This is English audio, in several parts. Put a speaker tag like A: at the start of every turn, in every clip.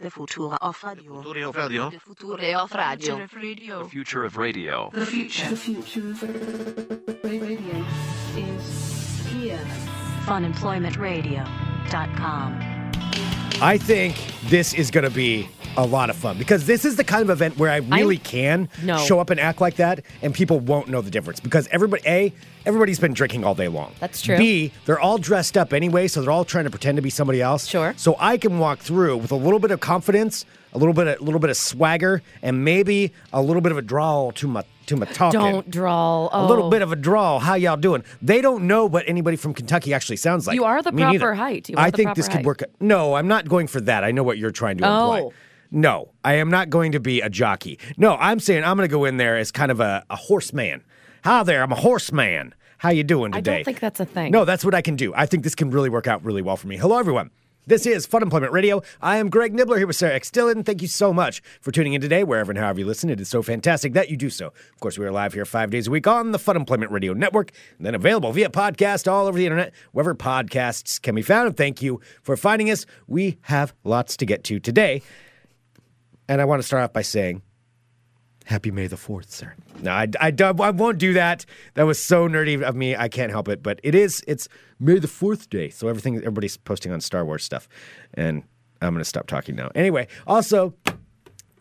A: The future of radio.
B: Future of radio.
A: The future of radio.
B: The future of radio.
C: The future.
D: The future of radio is here.
A: Funemploymentradio.com.
E: I think this is going to be a lot of fun because this is the kind of event where I really can
F: No.
E: show up and act like that, and people won't know the difference because everybody a everybody's been drinking all day long.
F: That's true.
E: B they're all dressed up anyway, so they're all trying to pretend to be somebody else.
F: Sure.
E: So I can walk through with a little bit of confidence, a little bit, a little bit of swagger, and maybe a little bit of a drawl to my to my talking.
F: Don't drawl.
E: A little bit of a drawl. How y'all doing? They don't know what anybody from Kentucky actually sounds like.
F: You are the
E: Me neither.
F: proper height. You are
E: I
F: the
E: think
F: proper
E: this could
F: height.
E: work. No, I'm not going for that. I know what you're trying to
F: Oh.
E: imply. No, I am not going to be a jockey. No, I'm saying I'm going to go in there as kind of a, a horseman. Hi there, I'm a horseman. How you doing
F: Oh, I
E: today?
F: don't think that's a thing.
E: No, that's what I can do. I think this can really work out really well for me. Hello, everyone. This is Fun Employment Radio. I am Greg Nibbler here with Sarah X. Dillon. Thank you so much for tuning in today, wherever and however you listen. It is so fantastic that you do so. Of course, we are live here five days a week on the Fun Employment Radio Network, and then available via podcast all over the internet, wherever podcasts can be found. And thank you for finding us. We have lots to get to today. And I want to start off by saying, Happy May the 4th, sir. No, I, I, dub- I won't do that. That was so nerdy of me. I can't help it. But it is, it's May the 4th day. So everything, everybody's posting on Star Wars stuff. And I'm going to stop talking now. Anyway, also,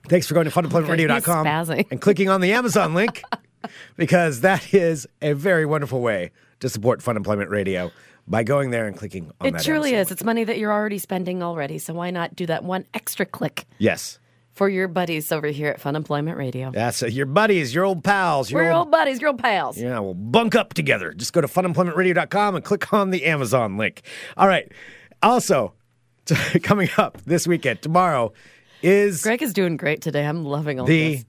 E: thanks for going to funemploymentradio.com
F: He's spazzing.
E: and clicking on the Amazon link because that is a very wonderful way to support Fun Employment Radio by going there and clicking on
F: It
E: that.
F: truly
E: Amazon
F: is.
E: link.
F: It's money that you're already spending already. So why not do that one extra click
E: Yes.
F: for your buddies over here at Fun Employment Radio?
E: That's uh, your buddies, your old pals, your
F: We're
E: old
F: old buddies, girl pals.
E: Yeah, we'll bunk up together. Just go to funemploymentradio.com and click on the Amazon link. All right. Also, t- coming up this weekend, tomorrow, is
F: Greg is doing great today. I'm loving all
E: the
F: this.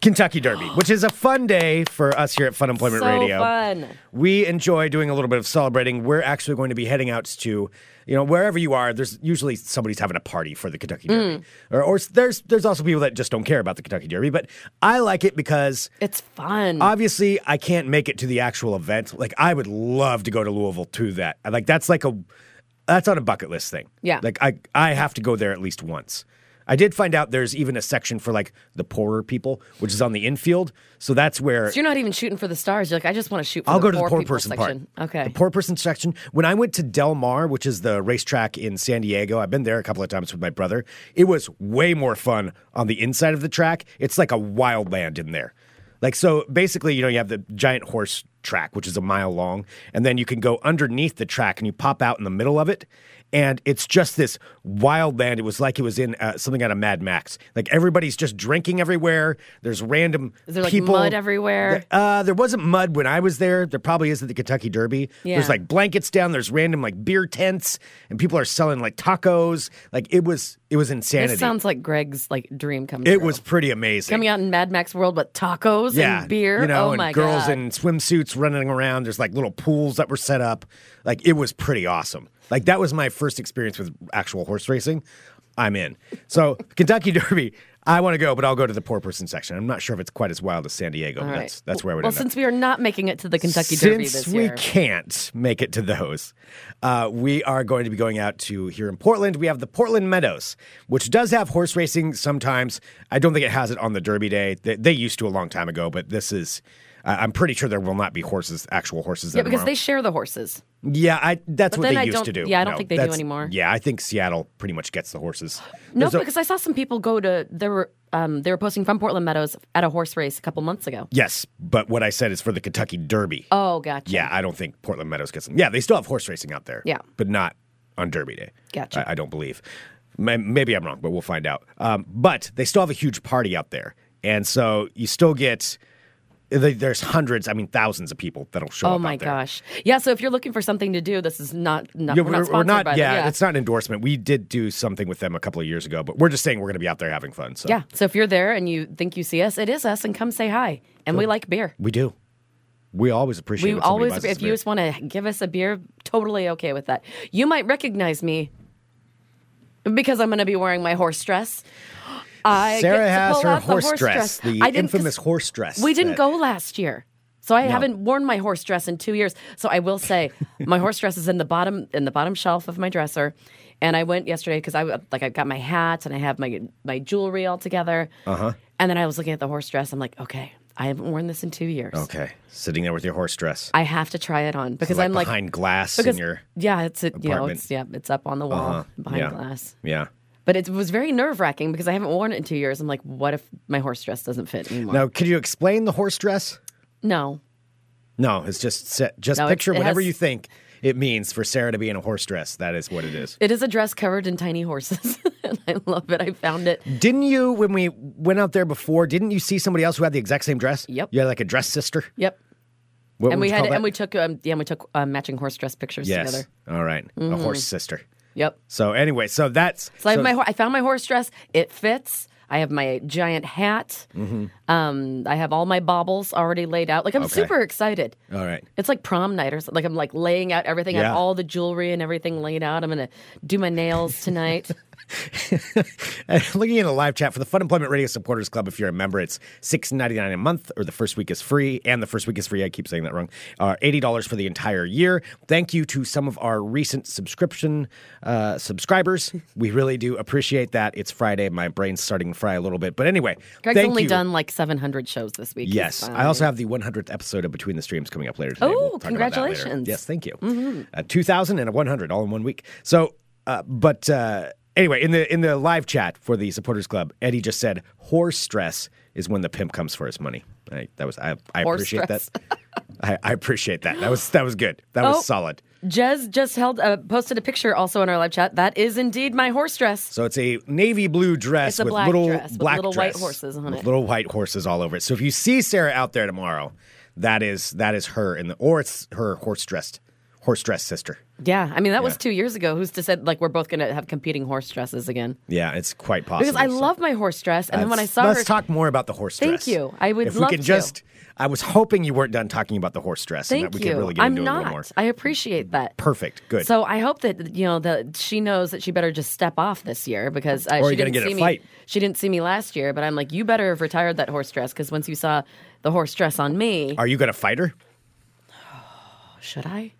E: Kentucky Derby, which is a fun day for us here at Fun Employment
F: So
E: Radio.
F: fun.
E: We enjoy doing a little bit of celebrating. We're actually going to be heading out to, you know, wherever you are. There's usually somebody's having a party for the Kentucky Derby,
F: Mm.
E: or, or s- there's there's also people that just don't care about the Kentucky Derby. But I like it because
F: It's fun.
E: obviously I can't make it to the actual event. Like I would love to go to Louisville to that. Like that's like a that's on a bucket list thing.
F: Yeah.
E: Like I I have to go there at least once. I did find out there's even a section for like the poorer people, which is on the infield. So that's where
F: So you're not even shooting for the stars. You're like, I just want to shoot for
E: I'll
F: the
E: go to the
F: poor
E: poor
F: people
E: person
F: section.
E: part.
F: Okay.
E: The poor person section. When I went to Del Mar, which is the racetrack in San Diego, I've been there a couple of times with my brother. It was way more fun on the inside of the track. It's like a wild land in there. Like so basically, you know, you have the giant horse track, which is a mile long, and then you can go underneath the track and you pop out in the middle of it. And it's just this wild land. It was like it was in uh, something out of Mad Max. Like everybody's just drinking everywhere. There's random
F: Is there, like,
E: people
F: mud everywhere?
E: uh, there wasn't mud when I was there. There probably is at the Kentucky Derby.
F: Yeah.
E: There's like blankets down. There's random like beer tents, and people are selling like tacos. Like it was, it was insanity.
F: This sounds like Greg's like dream come true.
E: it was pretty amazing.
F: coming out in Mad Max World with tacos
E: yeah,
F: and beer.
E: You know,
F: oh
E: and
F: my
E: girls
F: god!
E: in swimsuits running around. There's like little pools that were set up. Like it was pretty awesome. Like that was my first experience with actual horse racing. I'm in. So Kentucky Derby. I want to go, but I'll go to the poor person section. I'm not sure if it's quite as wild as San Diego.
F: All
E: but
F: right.
E: That's that's where I would
F: Well,
E: end up.
F: since we are not making it to the Kentucky
E: Since
F: Derby this
E: we
F: year,
E: can't make it to those, uh, we are going to be going out to here in Portland. We have the Portland Meadows, which does have horse racing sometimes. I don't think it has it on the Derby Day. They, they used to a long time ago, but this is. I- I'm pretty sure there will not be horses, actual horses.
F: yeah,
E: there
F: because
E: tomorrow.
F: they share the horses.
E: Yeah, I, that's
F: But
E: what
F: then
E: they
F: I
E: used
F: don't-
E: to do.
F: yeah, I don't think they do
E: that's-
F: anymore.
E: Yeah, I think Seattle pretty much gets the horses.
F: No,
E: There's a-
F: because I saw some people go to there were um, they were posting from Portland Meadows at a horse race a couple months ago.
E: yes, but what I said is for the Kentucky Derby.
F: Oh, gotcha.
E: Yeah, I don't think Portland Meadows gets them. Yeah, they still have horse racing out there.
F: Yeah.
E: But not on Derby Day.
F: Gotcha.
E: I, I don't believe. May- Maybe I'm wrong, but we'll find out. Um, but they still have a huge party out there. And so you still get, th- there's hundreds, I mean, thousands of people that'll show up.
F: Oh
E: out
F: my
E: there.
F: gosh. Yeah. So if you're looking for something to do, this is not, not
E: Yeah,
F: we're, not sponsored by
E: yeah,
F: them. Yeah.
E: it's not an endorsement. We did do something with them a couple of years ago, but we're just saying we're going to be out there having fun. So
F: yeah. So if you're there and you think you see us, it is us, and come say hi. And we like beer.
E: we do. We always appreciate.
F: We
E: when somebody
F: always,
E: buys us
F: if
E: a
F: you
E: beer.
F: just want to give us a beer, totally okay with that. You might recognize me because I'm going to be wearing my horse dress. I get
E: Sarah
F: to
E: has
F: pull
E: her
F: out the
E: horse dress, the
F: I didn't- 'cause
E: infamous horse dress.
F: We didn't
E: that-
F: go last year. So I haven't worn my horse dress in two years. So I will say my horse dress is in the bottom in the bottom shelf of my dresser. And I went yesterday because I like I've got my hat and I have my my jewelry all together. Uh-huh. And then I was looking at the horse dress. I'm like, okay, I haven't worn this in two years.
E: Okay. Sitting there with your horse dress.
F: I have to try it on because
E: like
F: I'm like
E: behind glass in your
F: yeah, it's it, you know,
E: apartment.
F: it's yeah, it's up on the wall
E: Uh-huh.
F: behind
E: Yeah.
F: glass.
E: Yeah.
F: But it was very nerve wracking because I haven't worn it in two years. I'm like, what if my horse dress doesn't fit anymore?
E: Now, could you explain the horse dress?
F: no.
E: No, it's just set, just
F: No, it's-
E: picture
F: it
E: whatever
F: has-
E: you think it means for Sarah to be in a horse dress. That is what it is.
F: It is a dress covered in tiny horses, and I love it. I found it.
E: Didn't you when we went out there before? Didn't you see somebody else who had the exact same dress?
F: Yep.
E: You had like a dress sister.
F: Yep.
E: What
F: and
E: would
F: we
E: you
F: had
E: call
F: and
E: that?
F: we took um, yeah, and we took uh, matching horse dress pictures
E: yes.
F: together.
E: All right. a horse sister.
F: Yep.
E: So anyway, so that's
F: So, I
E: so-
F: have Mm-hmm. my hor- I found my horse dress. It fits. I have my giant hat. Um, I have all my baubles already laid out. Like I'm
E: Mm-hmm. Okay.
F: super excited.
E: all right.
F: It's like prom night or something. Like I'm like laying out everything. I
E: Yeah.
F: have all the jewelry and everything laid out. I'm gonna do my nails tonight.
E: Looking in a live chat for the Fun Employment Radio Supporters Club. If you're a member, it's six ninety nine a month, or the first week is free, and the first week is free. I keep saying that wrong. Uh, Eighty dollars for the entire year. Thank you to some of our recent subscription uh, subscribers. We really do appreciate that. It's Friday. My brain's starting to fry a little bit, but anyway,
F: Greg's
E: thank
F: only
E: you.
F: done like 700 shows this week. He's
E: Yes,
F: fine.
E: I also have the 100th episode of Between the Streams coming up later today.
F: Oh,
E: talk about that later.
F: congratulations. Mm-hmm.
E: Yes, thank you. Uh, 2,000 and a 100 all in one week. So, uh, but uh, anyway, in the in the live chat for the supporters club, Eddie just said horse stress is when the pimp comes for his money. I, that was I, I
F: Horse
E: appreciate
F: stress.
E: that. I, I appreciate that. That was that was good. That
F: Oh.
E: was solid.
F: Jez just held uh, posted a picture also in our live chat. That is indeed my horse dress.
E: So it's a navy blue dress
F: It's a
E: with
F: black
E: little
F: dress with
E: black
F: little white
E: dress,
F: horses on
E: with
F: it.
E: Little white horses all over it. So if you see Sarah out there tomorrow, that is that is her in the or it's her horse dressed horse dress sister.
F: Yeah, I mean that was
E: Yeah.
F: two years ago. Who's to said like we're both gonna have competing horse dresses again?
E: Yeah, it's quite possible.
F: Because I
E: So
F: love my horse dress, and then when I
E: let's-
F: saw
E: let's
F: her,
E: talk more about the horse
F: Thank
E: dress.
F: you. I would
E: if
F: love
E: we can
F: to.
E: just. I was hoping you weren't done talking about the horse dress and
F: thank
E: that we
F: you.
E: could really get
F: I'm
E: into it a
F: not.
E: little more.
F: I appreciate that.
E: Perfect. Good.
F: So I hope that you know that she knows that she better just step off this year because uh,
E: Or
F: she
E: you're gonna
F: didn't
E: get in a
F: see me.
E: fight.
F: She didn't see me last year, but I'm like, you better have retired that horse dress because once you saw the horse dress on me, oh,
E: Are you going to fight her?
F: should I?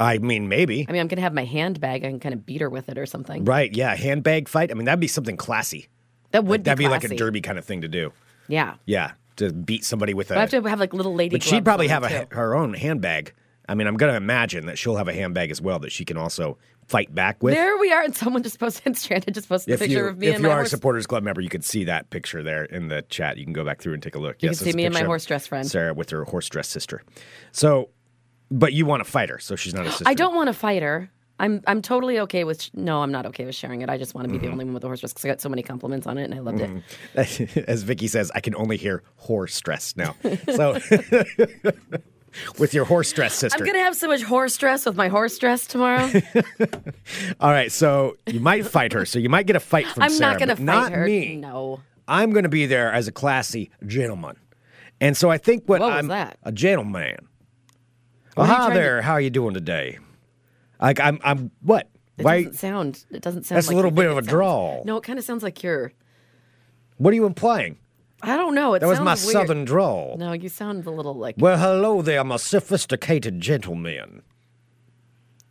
E: I mean, maybe.
F: I mean, I'm gonna have my handbag and kind of beat her with it or something.
E: right? Yeah, handbag fight. I mean, that'd be something classy.
F: That would
E: that'd
F: be,
E: be, like a
F: classy.
E: derby kind of thing to do.
F: Yeah.
E: Yeah, to beat somebody with a.
F: I have to have like little lady.
E: But she'd
F: gloves
E: probably have
F: on,
E: a,
F: too.
E: her own handbag. I mean, I'm going to imagine that she'll have a handbag as well that she can also fight back with.
F: There we are, and someone just posted. Stranded just posted
E: if
F: a picture
E: you,
F: of me
E: if
F: and
E: you
F: my
E: are
F: horse.
E: a supporters club member, you can see that picture there in the chat. You can go back through and take a look. You
F: can see me and my horse dress friend.
E: Sarah with her horse dress sister. So, but you want to fight her, so she's not a sister.
F: I don't want to fight her. I'm I'm totally okay with. Sh- no, I'm not okay with sharing it. I just want to be
E: Mm-hmm.
F: the only one with the horse dress because I got so many compliments on it, and I loved it.
E: As Vicky says, I can only hear horse dress now. So, with your horse dress sister.
F: I'm gonna have so much horse dress with my horse dress tomorrow.
E: All right, so you might fight her. So you might get a fight from
F: I'm
E: Sarah.
F: not gonna
E: but
F: fight
E: not
F: her.
E: Me.
F: No.
E: I'm going to be there as a classy gentleman. And so I think what,
F: What was
E: I'm
F: that?
E: a gentleman.
F: What are you
E: hi
F: trying to-
E: there. How are you doing today? Like I'm I'm what?
F: It
E: Why
F: doesn't sound. It doesn't sound.
E: that's
F: like
E: a little
F: you
E: bit
F: think
E: of
F: it
E: a
F: sounds.
E: drawl.
F: No, it kind of sounds like you're.
E: What are you implying?
F: I don't know. It
E: That was my
F: sounds weird.
E: southern drawl.
F: No, you sound a little like
E: Well, hello there, my sophisticated gentleman.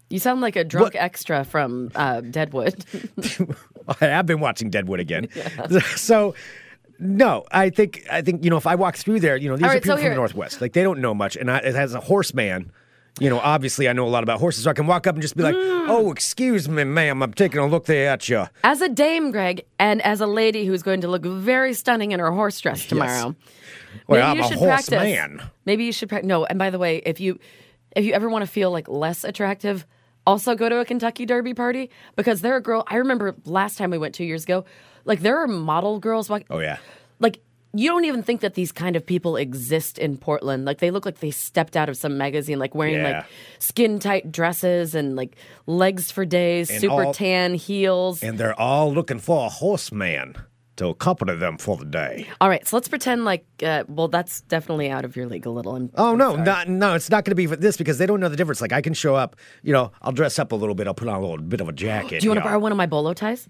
F: you sound like a drunk
E: What?
F: extra from uh, Deadwood.
E: I've been watching Deadwood again. So no, I think I think you know if I walk through there, you know these
F: All
E: are
F: right,
E: people
F: so
E: from the
F: here-
E: Northwest, like they don't know much, and I, as a horseman, you know obviously I know a lot about horses, so I can walk up and just be like,
F: Mm.
E: "Oh, excuse me, ma'am, I'm taking a look there at you."
F: As a dame, Greg, and as a lady who's going to look very stunning in her horse dress tomorrow.
E: Well,
F: maybe
E: I'm
F: you
E: a
F: should
E: horse
F: practice.
E: man.
F: Maybe you should practice. No, and by the way, if you if you ever want to feel like less attractive, also go to a Kentucky Derby party because there are girl. I remember last time we went two years ago, like there are model girls. Walk-
E: Oh yeah,
F: like you don't even think that these kind of people exist in Portland. Like they look like they stepped out of some magazine, like wearing
E: Yeah.
F: like skin tight dresses and like legs for days,
E: And
F: super
E: all-
F: tan heels.
E: and they're all looking for a horseman to accompany them for the day.
F: All right, so let's pretend like uh, well, that's definitely out of your league a little. I'm,
E: Oh
F: I'm
E: no,
F: sorry.
E: not, no, it's not going to be for this because they don't know the difference. Like I can show up, you know, I'll dress up a little bit, I'll put on a little bit of a jacket.
F: Do you want to
E: know.
F: borrow one of my bolo ties?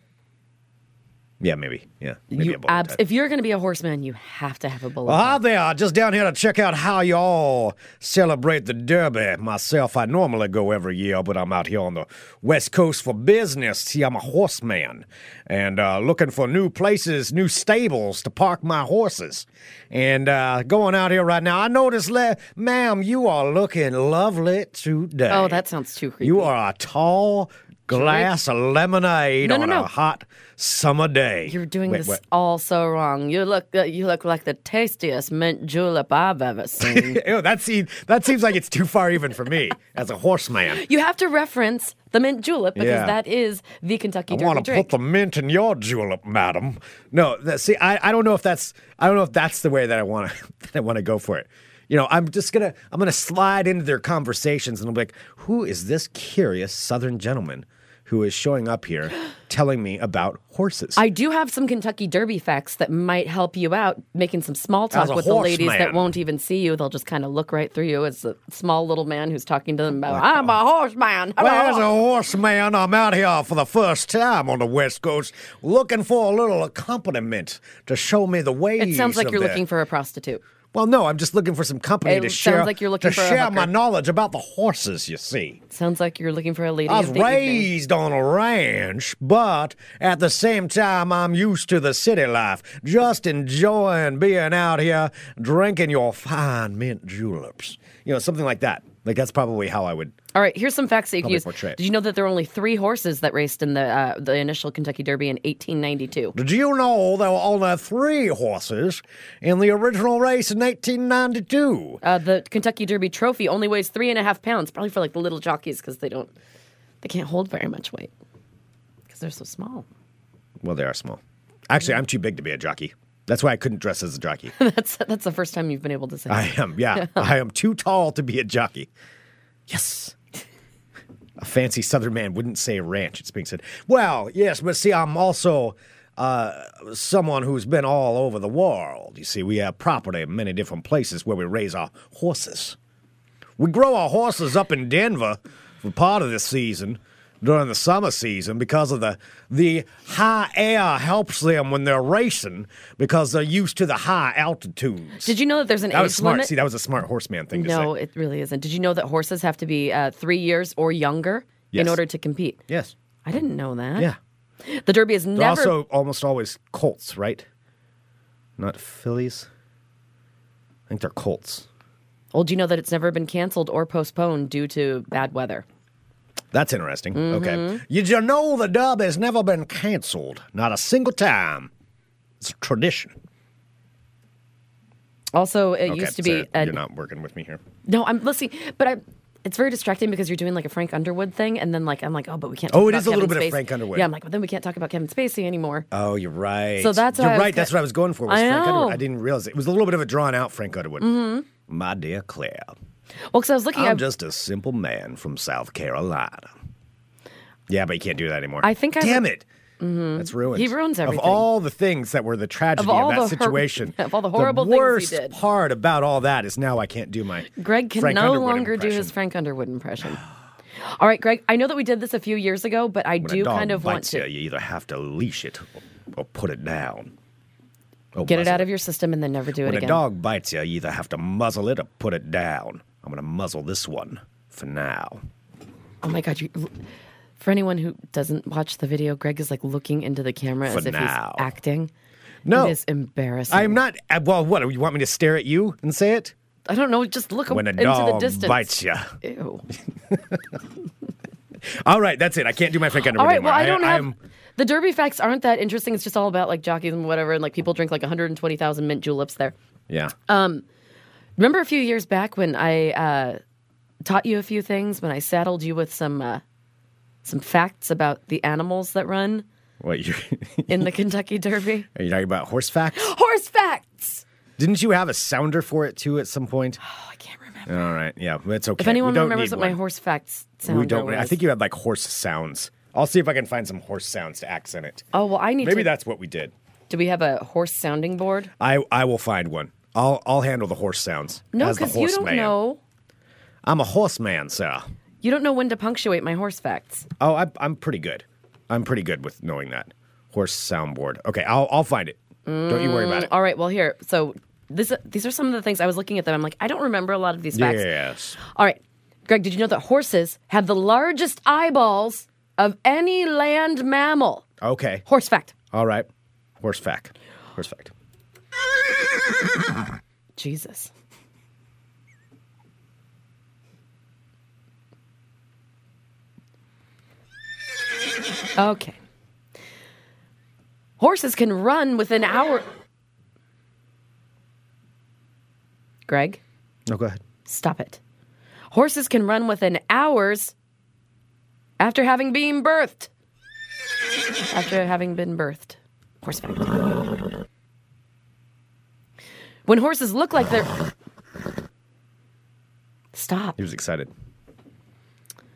E: Yeah, maybe. Yeah, maybe
F: You
E: a bowler
F: abs-
E: type.
F: if you're going to be a horseman, you have to have a bullet.
E: Hi Ah, there, just down here to check out how y'all celebrate the Derby. Myself, I normally go every year, but I'm out here on the West Coast for business. See, I'm a horseman and uh, looking for new places, new stables to park my horses. And uh, going out here right now, I noticed, le- ma'am, you are looking lovely today.
F: Oh, that sounds too creepy.
E: You are a tall glass of lemonade
F: No, no,
E: on
F: no.
E: a hot summer day.
F: You're doing
E: Wait,
F: this
E: what?
F: all so wrong. You look uh, you look like the tastiest mint julep I've ever seen.
E: Ew, that seems that seems like it's too far even for me as a horseman.
F: you have to reference the mint julep because
E: Yeah.
F: that is the Kentucky
E: I
F: Derby
E: want to
F: drink.
E: put the mint in your julep, madam. No, that, see, I, I don't know if that's I don't know if that's the way that I want to that I want to go for it. You know, I'm just gonna I'm gonna slide into their conversations and I'll be like, who is this curious Southern gentleman who is showing up here telling me about horses?
F: I do have some Kentucky Derby facts that might help you out making some small
E: As
F: talk
E: a
F: with the ladies
E: horseman.
F: that won't even see you. They'll just kind of look right through you as a small little man who's talking to them about, I'm a horseman. I'm a
E: Well, as
F: horse."
E: a horseman, I'm out here for the first time on the West Coast, looking for a little accompaniment to show me the ways.
F: It sounds like
E: of
F: you're
E: the-
F: looking for a prostitute.
E: Well, no, I'm just looking for some company
F: It
E: to
F: sounds
E: share.
F: like you're looking
E: to
F: for a
E: share
F: hooker.
E: my knowledge about the horses. You see,
F: Sounds like you're looking for a lady.
E: I
F: of
E: was
F: the evening.
E: raised on a ranch, but at the same time, I'm used to the city life. Just enjoying being out here, drinking your fine mint juleps. You know, something like that. Like that's probably how I would.
F: All right, here's some facts that you can
E: Probably
F: use.
E: portray it.
F: Did you know that there were only three horses that raced in the uh, the initial Kentucky Derby in 1892?
E: Did you know there were only three horses in the original race in 1892?
F: Uh, the Kentucky Derby trophy only weighs three and a half pounds, probably for like the little jockeys because they don't they can't hold very much weight because they're so small.
E: Well, they are small. Actually, I'm too big to be a jockey. That's why I couldn't dress as a jockey.
F: That's that's the first time you've been able to say.
E: I am, yeah. I am too tall to be a jockey. Yes. A fancy Southern man wouldn't say ranch. It's being said. Well, yes, but see, I'm also uh, someone who's been all over the world. You see, we have property in many different places where we raise our horses. We grow our horses up in Denver for part of this season during the summer season because of the the high air helps them when they're racing because they're used to the high altitudes.
F: Did you know that there's an
E: That
F: age
E: was smart.
F: limit?
E: See, that was a smart horseman thing to
F: no,
E: say.
F: it really isn't. Did you know that horses have to be uh, three years or younger
E: Yes.
F: in order to compete?
E: Yes.
F: I didn't know that.
E: Yeah.
F: The Derby is
E: They're
F: never
E: also almost always colts, right? Not fillies. I think they're colts.
F: Well, do you know that it's never been canceled or postponed due to bad weather?
E: That's interesting. Okay.
F: Mm-hmm.
E: You, you know the dub has never been canceled. Not a single time. It's a tradition.
F: Also, it
E: okay,
F: used
E: so
F: to be. a-
E: you're not working with me here.
F: no, I'm listening, but I. It's very distracting because you're doing like a Frank Underwood thing, and then like I'm like, oh, but we can't. Talk
E: Oh, it
F: about
E: is a little bit
F: Kevin
E: of
F: Spacey.
E: Frank Underwood.
F: Yeah, I'm like, but then we can't talk about Kevin Spacey anymore.
E: Oh, you're right.
F: So that's why
E: you're
F: I was
E: right.
F: ki-
E: That's what I was going for. Was
F: I
E: Frank Underwood.
F: know.
E: I didn't realize it. It was a little bit of a drawn out Frank Underwood. Mm-hmm. My dear Claire,
F: well, because I was looking.
E: I'm
F: at
E: just a simple man from South Carolina. Yeah, but you can't do that anymore.
F: I think I
E: Damn
F: would-
E: it. That's ruined.
F: He ruins everything.
E: Of all the things that were the tragedy of,
F: all
E: that
F: the hor-
E: situation,
F: of all the horrible
E: the
F: things he
E: worst
F: did.
E: part about all that is now I can't do my
F: Greg can
E: Frank
F: no
E: Underwood
F: longer do
E: impression
F: his Frank Underwood impression. All right, Greg. I know that we did this a few years ago, but I
E: When
F: do
E: a dog
F: kind of want
E: bites
F: to
E: You, you either have to leash it or, or put it down. Or
F: get it
E: muzzle
F: out of your system and then never do
E: When
F: it
E: a
F: again.
E: dog bites you, you either have to muzzle it or put it down. I'm going to muzzle this one for now.
F: Oh my god! You, for anyone who doesn't watch the video, Greg is like looking into the camera
E: For
F: as if
E: now.
F: he's acting.
E: No.
F: it is embarrassing.
E: I'm not. uh, Well, what? You want me to stare at you and say it?
F: I don't know. Just look
E: When a
F: into the
E: dog
F: distance.
E: bites you.
F: Ew.
E: All right, that's it. I can't do my Frank Underwood
F: All right.
E: anymore.
F: Well, I don't have
E: am-
F: the Derby facts aren't that interesting. It's just all about like jockeys and whatever, and like people drink like 120,000 mint juleps there.
E: yeah.
F: Uh, Remember a few years back when I uh, taught you a few things when I saddled you with some uh, some facts about the animals that run
E: What you're,
F: in the Kentucky Derby?
E: are you talking about? Horse facts?
F: Horse facts.
E: Didn't you have a sounder for it too at some point?
F: Oh, I can't remember.
E: All right. Yeah, it's okay.
F: If anyone
E: we don't
F: remembers
E: need
F: what
E: one.
F: my horse facts sound
E: we don't.
F: was,
E: I think you had like horse sounds. I'll see if I can find some horse sounds to accent it.
F: Oh well, I need
E: Maybe
F: to.
E: that's what we did.
F: do we have a horse sounding board?
E: I I will find one. I'll I'll handle the horse sounds.
F: No,
E: as the
F: because you
E: horse
F: don't
E: man.
F: know.
E: I'm a horseman, sir.
F: You don't know when to punctuate my horse facts.
E: Oh, I, I'm pretty good. I'm pretty good with knowing that. Horse soundboard. Okay, I'll I'll find it. Don't you worry about it.
F: Mm, All right, well here. So this these are some of the things I was looking at them. I'm like, I don't remember a lot of these facts.
E: Yes.
F: All right. Greg, did you know that horses have the largest eyeballs of any land mammal?
E: Okay.
F: Horse fact.
E: All right. Horse fact. Horse fact.
F: Jesus. Okay. Horses can run with an hour. Greg,
E: No, go ahead.
F: stop it. Horses can run within hours after having been birthed. After having been birthed. Horse fact. When horses look like they're. Stop.
E: He was excited.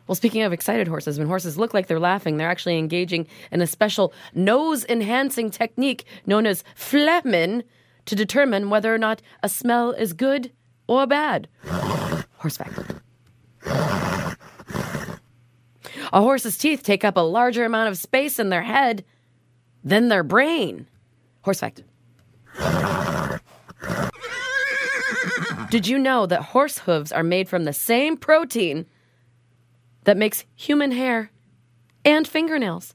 F: Well, speaking of excited horses, when horses look like they're laughing, they're actually engaging in a special nose enhancing technique known as phlegmin to determine whether or not a smell is good or bad. Horseback. A horse's teeth take up a larger amount of space in their head than their brain. Horseback. Did you know that horse hooves are made from the same protein? that makes human hair and fingernails.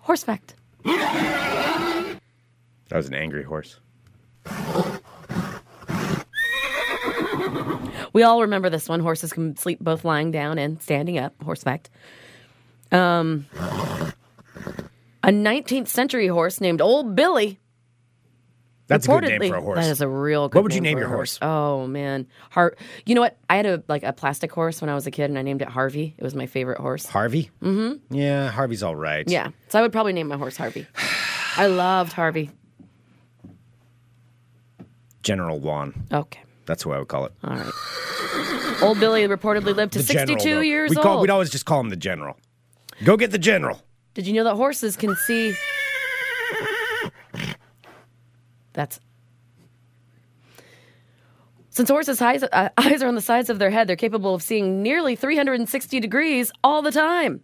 F: Horse fact.
E: That was an angry horse.
F: We all remember this one. Horses can sleep both lying down and standing up. Horse fact. Um, a 19th century horse named Old Billy.
E: That's a good name
F: reportedly-
E: for a horse.
F: That is a real good
E: What would you name
F: for
E: your
F: a
E: horse?
F: Oh, man. Har- you know what? I had a like a plastic horse when I was a kid and I named it Harvey. It was my favorite horse.
E: Harvey? Mm-hmm. Yeah, Harvey's all right.
F: Yeah. So I would probably name my horse Harvey. I loved Harvey.
E: General Juan.
F: Okay.
E: That's who I would call it.
F: All right. Old Billy reportedly lived to
E: The general,
F: 62
E: though.
F: years
E: we
F: old.
E: Call, we'd always just call him the general. Go get the general.
F: Did you know that horses can see? That's. Since horses' eyes, uh, eyes are on the sides of their head, they're capable of seeing nearly 360 degrees all the time.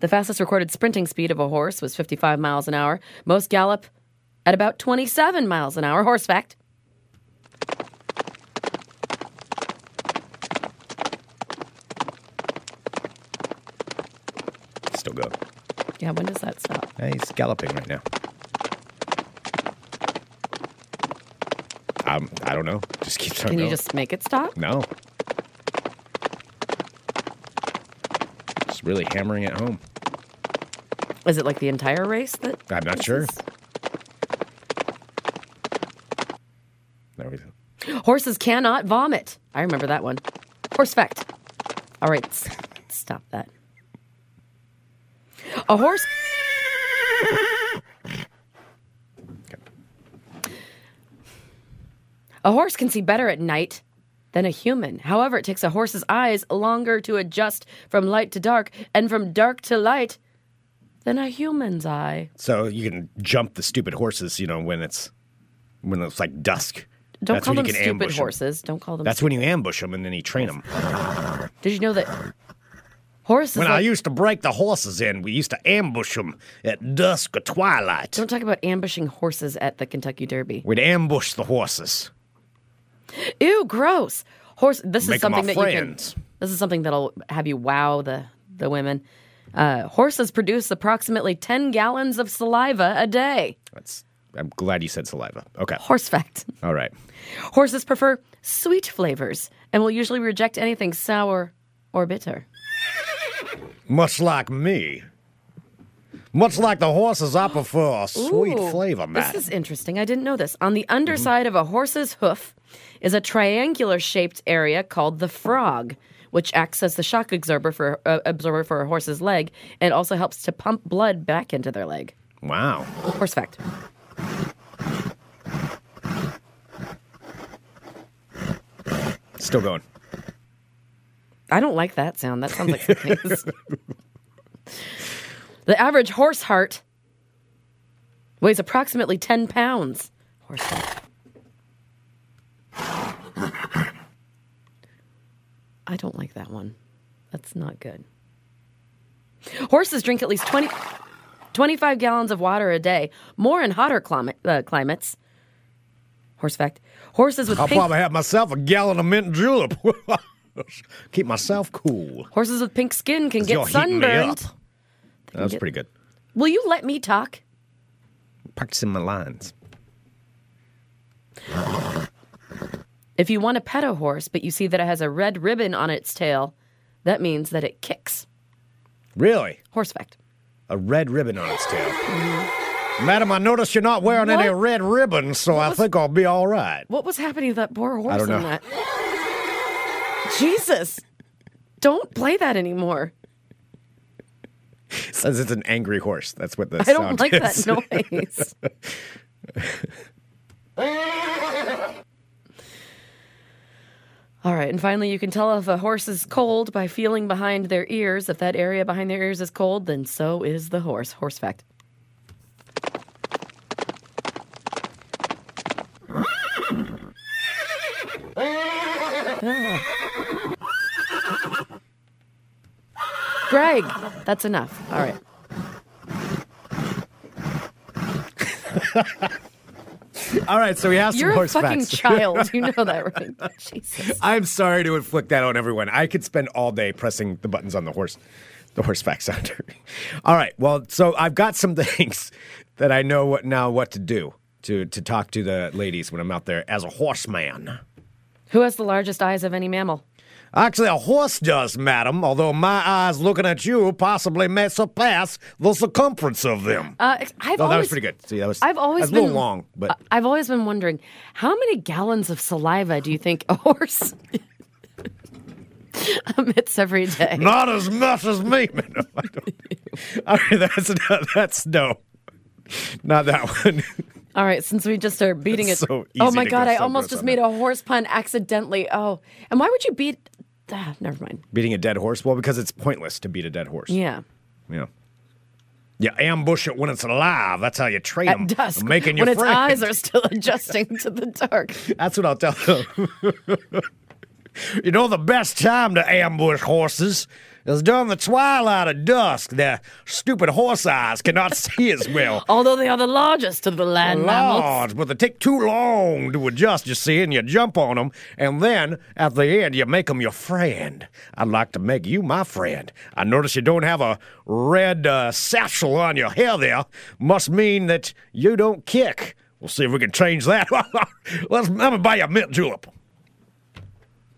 F: the fastest recorded sprinting speed of a horse was 55 miles an hour. Most gallop at about 27 miles an hour. Horse fact.
E: Still go.
F: Yeah, when does that stop?
E: Hey, he's galloping right now. Um, I don't know. Just keep
F: Can you just make it stop?
E: No. Just really hammering it home.
F: Is it like the entire race that?
E: I'm not
F: this
E: sure.
F: is-
E: No reason.
F: Horses cannot vomit. I remember that one. Horse fact. All right, s- stop that. A horse. A horse can see better at night than a human. However, it takes a horse's eyes longer to adjust from light to dark and from dark to light than a human's eye.
E: So you can jump the stupid horses, you know, when it's when it's like dusk.
F: Don't
E: That's
F: call
E: when
F: them
E: you can
F: stupid
E: ambush 'em.
F: horses. Don't call them.
E: That's when you ambush them and then you train them.
F: Did you know that horses?
E: When I
F: like-
E: used to break the horses in, we used to ambush them at dusk or twilight.
F: Don't talk about ambushing horses at the Kentucky Derby.
E: We'd ambush the horses.
F: Ew, gross. Horse. This
E: Make
F: is
E: 'em
F: something
E: our
F: that
E: friends.
F: you can. This is something that'll have you wow the the women. Uh, horses produce approximately ten gallons of saliva a day.
E: That's. I'm glad you said saliva. Okay.
F: Horse fact.
E: All right.
F: Horses prefer sweet flavors and will usually reject anything sour or bitter.
E: Much like me. Much like the horses, I prefer a sweet
F: Ooh,
E: flavor,
F: This
E: man. Mm-hmm.
F: is interesting. I didn't know this. On the underside of a horse's hoof is a triangular shaped area called the frog, which acts as the shock absorber for uh, absorber for a horse's leg and also helps to pump blood back into their leg.
E: Wow.
F: Horse fact.
E: Still going.
F: I don't like that sound. That sounds like something. else. the average horse heart weighs approximately 10 pounds. Horse heart. I don't like that one. That's not good. Horses drink at least 20. 25 gallons of water a day, more in hotter climate, uh, climates. Horse fact. Horses with
E: I'll
F: pink
E: probably have myself a gallon of mint julep. Keep myself cool.
F: horses with pink skin can
E: You're
F: get
E: heating me up.
F: sunburned.
E: That was
F: get-
E: pretty good.
F: Will you let me talk?
E: Practicing my lines.
F: If you want to pet a horse, but you see that it has a red ribbon on its tail, that means that it kicks.
E: Really?
F: Horse fact.
E: A red ribbon on its tail. Madam, I notice you're not wearing any
F: Mm-hmm. What?
E: red ribbon, so I think I'll be all right.
F: What was happening to that poor horse
E: don't
F: on
E: know.
F: that? Jesus. Don't play that anymore.
E: Says it's an angry horse. That's what the
F: I don't
E: sound
F: like
E: is.
F: that noise. All right, and finally, you can tell if a horse is cold by feeling behind their ears. If that area behind their ears is cold, then so is the horse. Horse fact. Ah. Greg, that's enough. All right.
E: All right, so we have some
F: You're a
E: horse
F: fucking
E: facts.
F: child. You know that, right? Jesus.
E: I'm sorry to inflict that on everyone. I could spend all day pressing the buttons on the horse, the horseback sounder. All right. Well, so I've got some things that I know what now what to do to to talk to the ladies when I'm out there as a horseman.
F: Who has the largest eyes of any mammal?
E: Actually, a horse does, madam. Although my eyes looking at you possibly may surpass the circumference of them.
F: Uh, ex- I've
E: no, Oh, that
F: always,
E: was pretty good. See, that was
F: I've always
E: that was a
F: been
E: little long, but
F: I- I've always been wondering how many gallons of saliva do you think a horse emits every day?
E: Not as much as me. No, I don't. All right, that's not, that's no, not that one.
F: All right, since we just are beating it.
E: It's so
F: oh
E: easy
F: my
E: to
F: god,
E: go
F: I
E: so
F: almost
E: gross
F: just
E: on
F: made
E: that.
F: a horse pun accidentally. Oh, and why would you beat? Ah, never mind.
E: Beating a dead horse? Well, because it's pointless to beat a dead horse.
F: Yeah.
E: yeah. You ambush it when it's alive. That's how you train
F: At
E: them.
F: dusk,
E: making you
F: when its
E: friends.
F: eyes are still adjusting to the dark.
E: That's what I'll tell them. you know, the best time to ambush horses is during the twilight of dusk. Their stupid horse eyes cannot see as well.
F: Although they are the largest of the land mammals.
E: Large, but they take too long to adjust, you see, and you jump on them, and then at the end you make them your friend. I'd like to make you my friend. I notice you don't have a red uh, satchel on your hair there. Must mean that you don't kick. We'll see if we can change that. Let's, let me buy you a mint julep.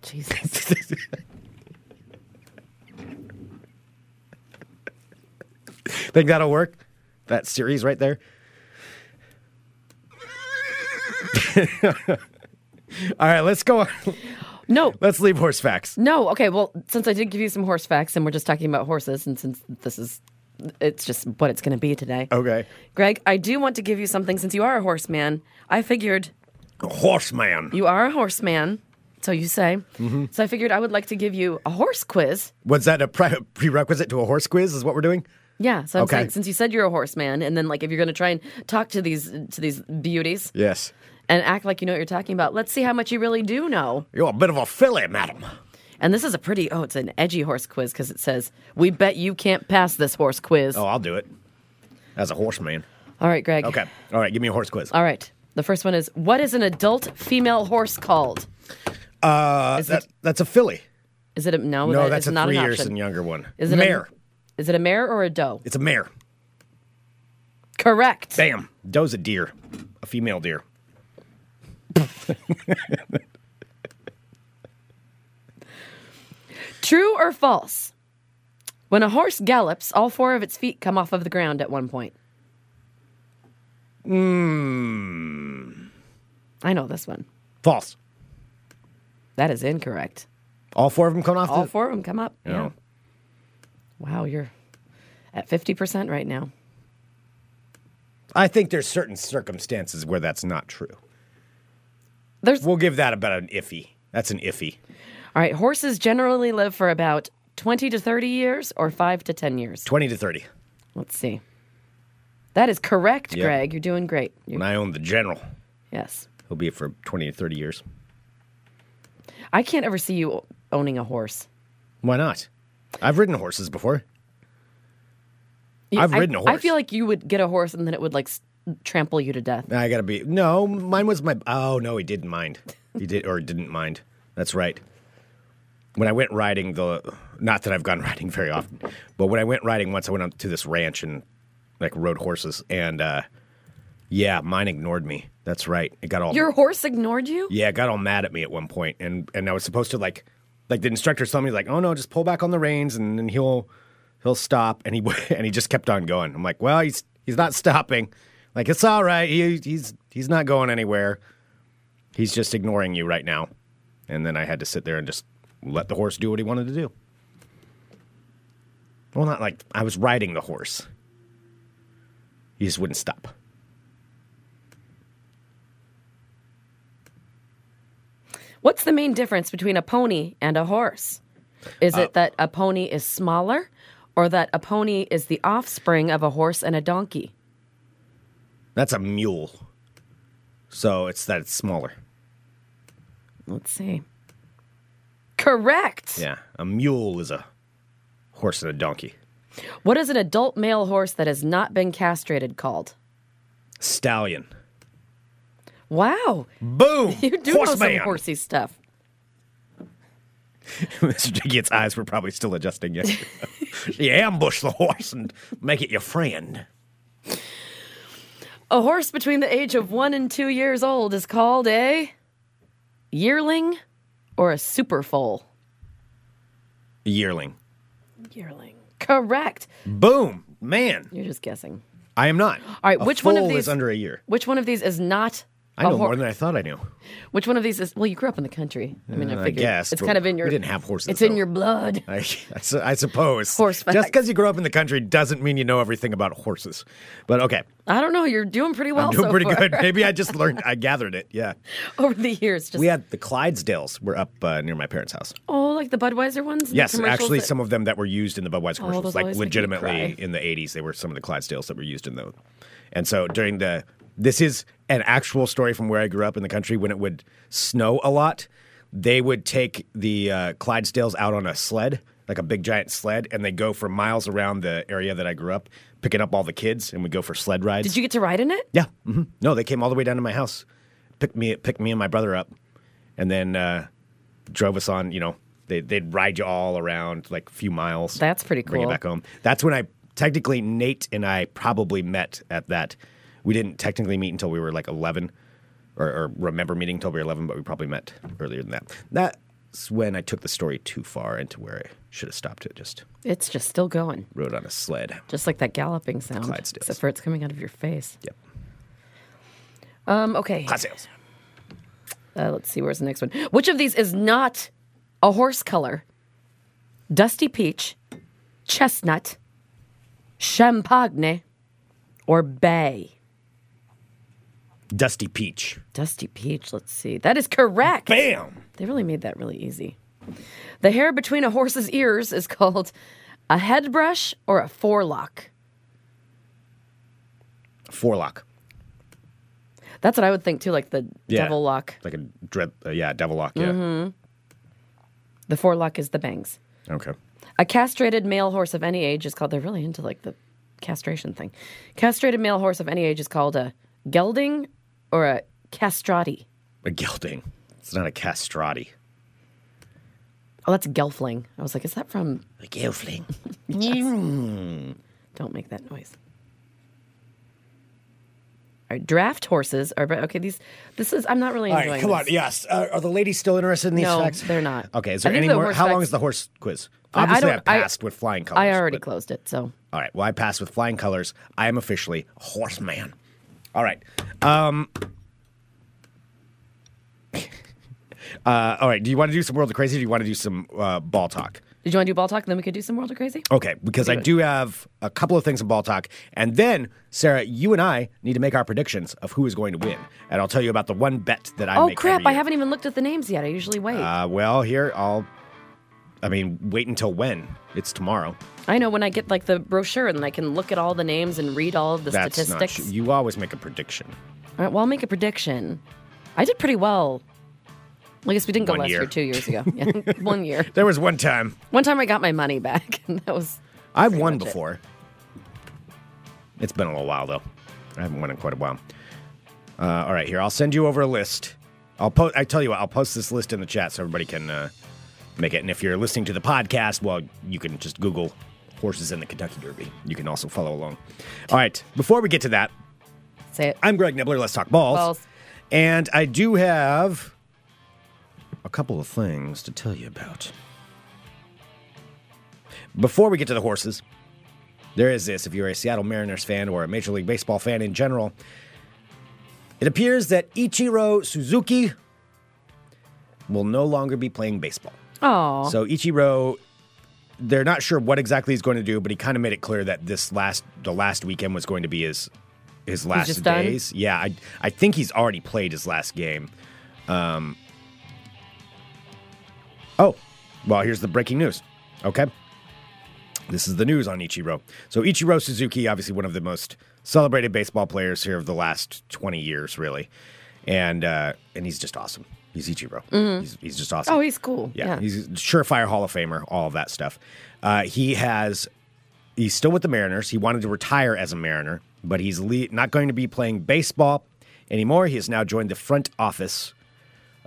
F: Jesus.
E: Think that'll work? That series right there? All right, let's go. On.
F: No.
E: Let's leave horse facts.
F: No. Okay. Well, since I did give you some horse facts and we're just talking about horses, and since this is, it's just what it's going to be today.
E: Okay.
F: Greg, I do want to give you something since you are a horseman. I figured
E: Horseman.
F: you are a horseman, so you say.
E: Mm-hmm.
F: So I figured I would like to give you a horse quiz.
E: Was that a pre- prerequisite to a horse quiz? Is what we're doing?
F: Yeah. So I'm
E: Okay.
F: saying since you said you're a horseman, and then like if you're going to try and talk to these to these beauties
E: Yes.
F: and act like you know what you're talking about, let's see how much you really do know.
E: You're a bit of a filly, madam.
F: And this is a pretty oh, it's an edgy horse quiz because it says we bet you can't pass this horse quiz.
E: Oh, I'll do it. As a horseman.
F: All right, Greg.
E: Okay. All right. Give me a horse quiz.
F: All right. The first one is what is an adult female horse called? Uh, is,
E: That,
F: it,
E: that's a filly.
F: is it a no?
E: No,
F: that
E: that's
F: is
E: a
F: not
E: three
F: an
E: years
F: option.
E: and younger one.
F: Is it a-
E: mare?
F: Is it a mare or a doe?
E: it's a mare.
F: Correct.
E: Bam. Doe's a deer. A female deer.
F: True or false? When a horse gallops, all four of its feet come off of the ground at one point. Hmm. I know this one.
E: False.
F: That is incorrect.
E: All four of them coming off.
F: All
E: the- Oh.
F: four of them come up.
E: Yeah.
F: Wow, you're at 50% right now.
E: I think there's certain circumstances where that's not true.
F: There's
E: We'll give that about an iffy. That's an iffy.
F: All right, horses generally live for about 20 to 30 years or 5 to 10 years.
E: Twenty to thirty.
F: Let's see. That is correct,
E: Yep.
F: Greg. You're doing great. You-
E: When I own the general,
F: yes.
E: he'll be for twenty to thirty years.
F: I can't ever see you o- owning a horse.
E: Why not? I've ridden horses before. I've
F: I-
E: ridden a horse.
F: I feel like you would get a horse and then it would like s- trample you to death.
E: I gotta be. No, mine was my. Oh no, he didn't mind. He did or didn't mind. That's right. When I went riding, the not that I've gone riding very often, but when I went riding once, I went up to this ranch and like rode horses, and uh, yeah, mine ignored me. That's right. It got all
F: Your horse ignored you?
E: yeah, it got all mad at me at one point, and and I was supposed to like like the instructor told me like, oh no, just pull back on the reins, and then he'll he'll stop, and he and he just kept on going. I'm like, well, he's he's not stopping. Like it's all right. He, he's he's not going anywhere. He's just ignoring you right now. And then I had to sit there and just let the horse do what he wanted to do. Well, not like I was riding the horse. He just wouldn't stop.
F: What's the main difference between a pony and a horse? Is
E: Uh,
F: it that a pony is smaller or that a pony is the offspring of a horse and a donkey?
E: That's a mule. So it's that it's smaller.
F: Let's see. Correct.
E: Yeah, a mule is a horse and a donkey.
F: What is an adult male horse that has not been castrated called?
E: Stallion.
F: Wow.
E: Boom!
F: You do
E: horse
F: know
E: man.
F: some horsey stuff.
E: Mr. Diggett's eyes were probably still adjusting. Yeah. you ambush the horse and make it your friend.
F: A horse between the age of one and two years old is called a yearling or a super foal.
E: Yearling.
F: Yearling. Correct.
E: Boom! Man,
F: You're just guessing.
E: I am not. All
F: right,
E: a
F: which one of
E: foal
F: these-
E: is under a year?
F: Which one of these is not?
E: I
F: a
E: know
F: hor-
E: more than I thought I knew.
F: Which one of these is? Well, you grew up in the country. I mean,
E: Uh, I
F: I figured
E: guess,
F: it's
E: but
F: kind of in your.
E: we didn't have horses,
F: It's in
E: though.
F: your blood.
E: I, I su- I suppose.
F: Horse
E: Just
F: facts.
E: because you grew up in the country doesn't mean you know everything about horses. But okay,
F: I don't know. You're doing pretty well.
E: I'm doing
F: so
E: pretty
F: far.
E: good. Maybe I just learned. I gathered it. Yeah.
F: over the years. Just
E: We had the Clydesdales were up uh, near my parents' house.
F: oh, like the Budweiser ones. the
E: Yes,
F: commercials
E: actually,
F: that- Oh,
E: some of them that were used in the Budweiser commercials,
F: those
E: like
F: always make me
E: legitimately
F: cry.
E: in the '80s, they were some of the Clydesdales that were used in those. And so during the, this is an actual story from where I grew up in the country. When it would snow a lot, they would take the uh, Clydesdales out on a sled, like a big giant sled, and they go for miles around the area that I grew up, picking up all the kids, and we go for sled rides.
F: Did you get to ride in it?
E: Yeah. hmm No, they came all the way down to my house, picked me, picked me and my brother up, and then uh, drove us on. You know, they they'd ride you all around like a few miles.
F: That's pretty
E: Bring you
F: cool.
E: back home. That's when I technically Nate and I probably met at that. We didn't technically meet until we were like eleven, or, or remember meeting until we were eleven, but we probably met earlier than that. That's when I took the story too far into where I should have stopped it. Just
F: It's just still going,
E: rode on a sled.
F: just like that galloping sound.
E: Clydesdales.
F: Except for it's coming out of your face.
E: Yep.
F: Um. Okay.
E: Hot sales.
F: Uh, let's see. Where's the next one? Which of these is not a horse color? Dusty peach, chestnut, champagne, or bay?
E: Dusty peach.
F: Dusty peach. Let's see. That is correct.
E: Bam.
F: They really made that really easy. The hair between a horse's ears is called a head brush or a forelock.
E: Forelock.
F: That's what I would think too, like the
E: Yeah.
F: devil lock.
E: like a dread, uh, yeah, devil lock. Yeah.
F: The forelock is the bangs.
E: Okay.
F: A castrated male horse of any age is called. They're really into like the castration thing. Castrated male horse of any age is called a gelding or a castrati.
E: A gelding. It's not a castrati.
F: Oh, that's gelfling. I was like, is that from?
E: A gelding.
F: Don't make that noise. All right, draft horses are okay. These, this is. I'm not really
E: All
F: enjoying.
E: right, come on.
F: this.
E: Yes. Uh, are the ladies still interested in these
F: No,
E: facts?
F: they're not.
E: Okay. Is
F: I
E: there
F: think
E: any
F: the
E: more?
F: horse
E: How long
F: facts-
E: is the horse quiz?
F: I- I
E: Obviously, I,
F: don't- I-
E: passed with flying colors.
F: I already
E: but-
F: closed it, so
E: All right. Well, I passed with flying colors. I am officially a horseman. All right. Um. uh, all right. Do you want to do some world of crazy? Or do you want to do some uh, ball talk?
F: did you want to do ball talk? And then we could do some world of crazy.
E: Okay, because I do have a couple of things in ball talk. And then, Sarah, you and I need to make our predictions of who is going to win. And I'll tell you about the one bet that I
F: oh
E: make.
F: crap!
E: every
F: I
E: year.
F: haven't even looked at the names yet. I usually wait.
E: Uh, well, here, I'll. I mean, wait until when? It's tomorrow.
F: I know when I get like the brochure and I can look at all the names and read all of the
E: That's
F: statistics.
E: not. Sh- you always make a prediction.
F: All right, well, I'll make a prediction. I did pretty well. Well, I guess we didn't go
E: One
F: last
E: year.
F: year, two years ago. Yeah, one year.
E: There was one time
F: One time I got my money back, and that was
E: I've won
F: much it.
E: before. It's been a little while though. I haven't went in quite a while. Uh, all right, here I'll send you over a list. I'll post. I tell you what, I'll post this list in the chat so everybody can uh, make it. And if you're listening to the podcast, well, you can just Google horses in the Kentucky Derby. You can also follow along. All right, before we get to that,
F: Say it.
E: I'm Greg Nibbler. Let's talk balls.
F: Balls.
E: And I do have a couple of things to tell you about. Before we get to the horses, there is this. If you're a Seattle Mariners fan or a Major League Baseball fan in general, it appears that Ichiro Suzuki will no longer be playing baseball.
F: Oh,
E: So Ichiro, they're not sure what exactly he's going to do, but he kind of made it clear that this last the last weekend was going to be his his last
F: just done?
E: days. Yeah, I I think he's already played his last game. Um. Oh, well, here's the breaking news. Okay. This is the news on Ichiro. So Ichiro Suzuki, obviously one of the most celebrated baseball players here of the last 20 years, really, and uh, and he's just awesome. He's Ichiro. He's, he's just awesome.
F: oh, he's cool.
E: Yeah, he's a surefire Hall of Famer, all of that stuff. Uh, he has, he's still with the Mariners. He wanted to retire as a Mariner, but he's le- not going to be playing baseball anymore. He has now joined the front office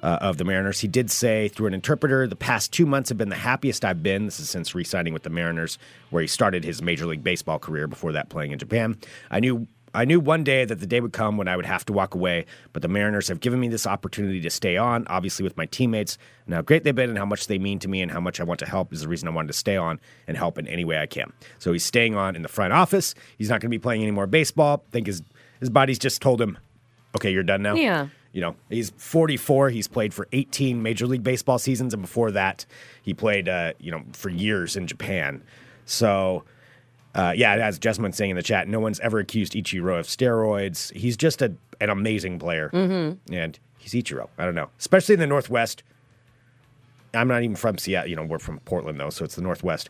E: uh, of the Mariners. He did say through an interpreter, the past two months have been the happiest I've been. This is since re signing with the Mariners, where he started his Major League Baseball career before that playing in Japan. I knew. I knew one day that the day would come when I would have to walk away, but the Mariners have given me this opportunity to stay on, obviously with my teammates, and how great they've been and how much they mean to me and how much I want to help is the reason I wanted to stay on and help in any way I can. So he's staying on in the front office. He's not going to be playing any more baseball. I think his his body's just told him, "Okay, you're done now."
F: Yeah.
E: You know, he's 44. He's played for 18 Major League Baseball seasons, and before that, he played, uh, you know, for years in Japan. So, uh, yeah, as Jessamine saying in the chat, no one's ever accused Ichiro of steroids. He's just a, an amazing player, mm-hmm. and he's Ichiro. I don't know, especially in the Northwest. I'm not even from Seattle. You know, we're from Portland though, so it's the Northwest.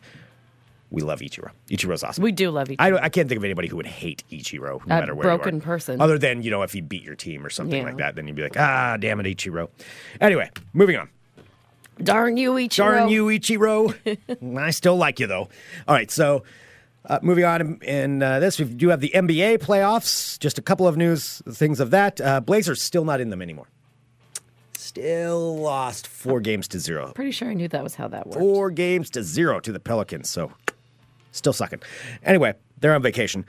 E: We love Ichiro. Ichiro's awesome.
F: We do love each
E: I,
F: other.
E: don't, I can't think of anybody who would hate Ichiro, no
F: A
E: matter where you are.
F: broken person.
E: Other than you know, if he beat your team or something
F: Yeah.
E: like that, then you'd be like, ah, damn it, Ichiro. Anyway, moving on.
F: Darn you, Ichiro.
E: Darn you, Ichiro. I still like you though. All right, so uh, moving on in uh, this, we do have the NBA playoffs. Just a couple of news things of that. Uh, Blazers still not in them anymore. Still lost four games to zero
F: Pretty sure I knew that was how that worked.
E: four games to zero to the Pelicans. So still sucking. Anyway, they're on vacation.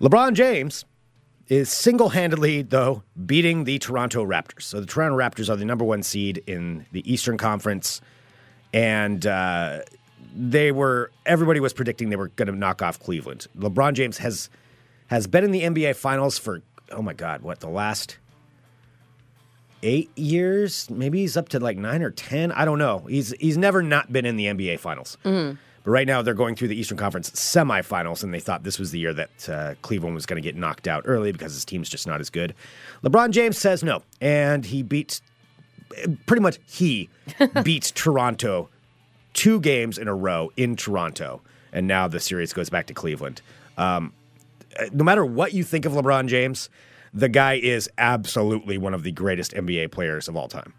E: LeBron James is single handedly, though, beating the Toronto Raptors. So the Toronto Raptors are the number one seed in the Eastern Conference. And uh, they were, everybody was predicting they were going to knock off Cleveland. LeBron James has has been in the NBA Finals for, oh my God, what, the last eight years. Maybe he's up to like nine or ten. I don't know. He's he's never not been in the NBA Finals. But right now they're going through the Eastern Conference semifinals, and they thought this was the year that uh, Cleveland was going to get knocked out early because his team's just not as good. LeBron James says no, and he beats pretty much he beats Toronto two games in a row in Toronto, and now the series goes back to Cleveland. Um, uh, no matter what you think of LeBron James, the guy is absolutely one of the greatest NBA players of all time.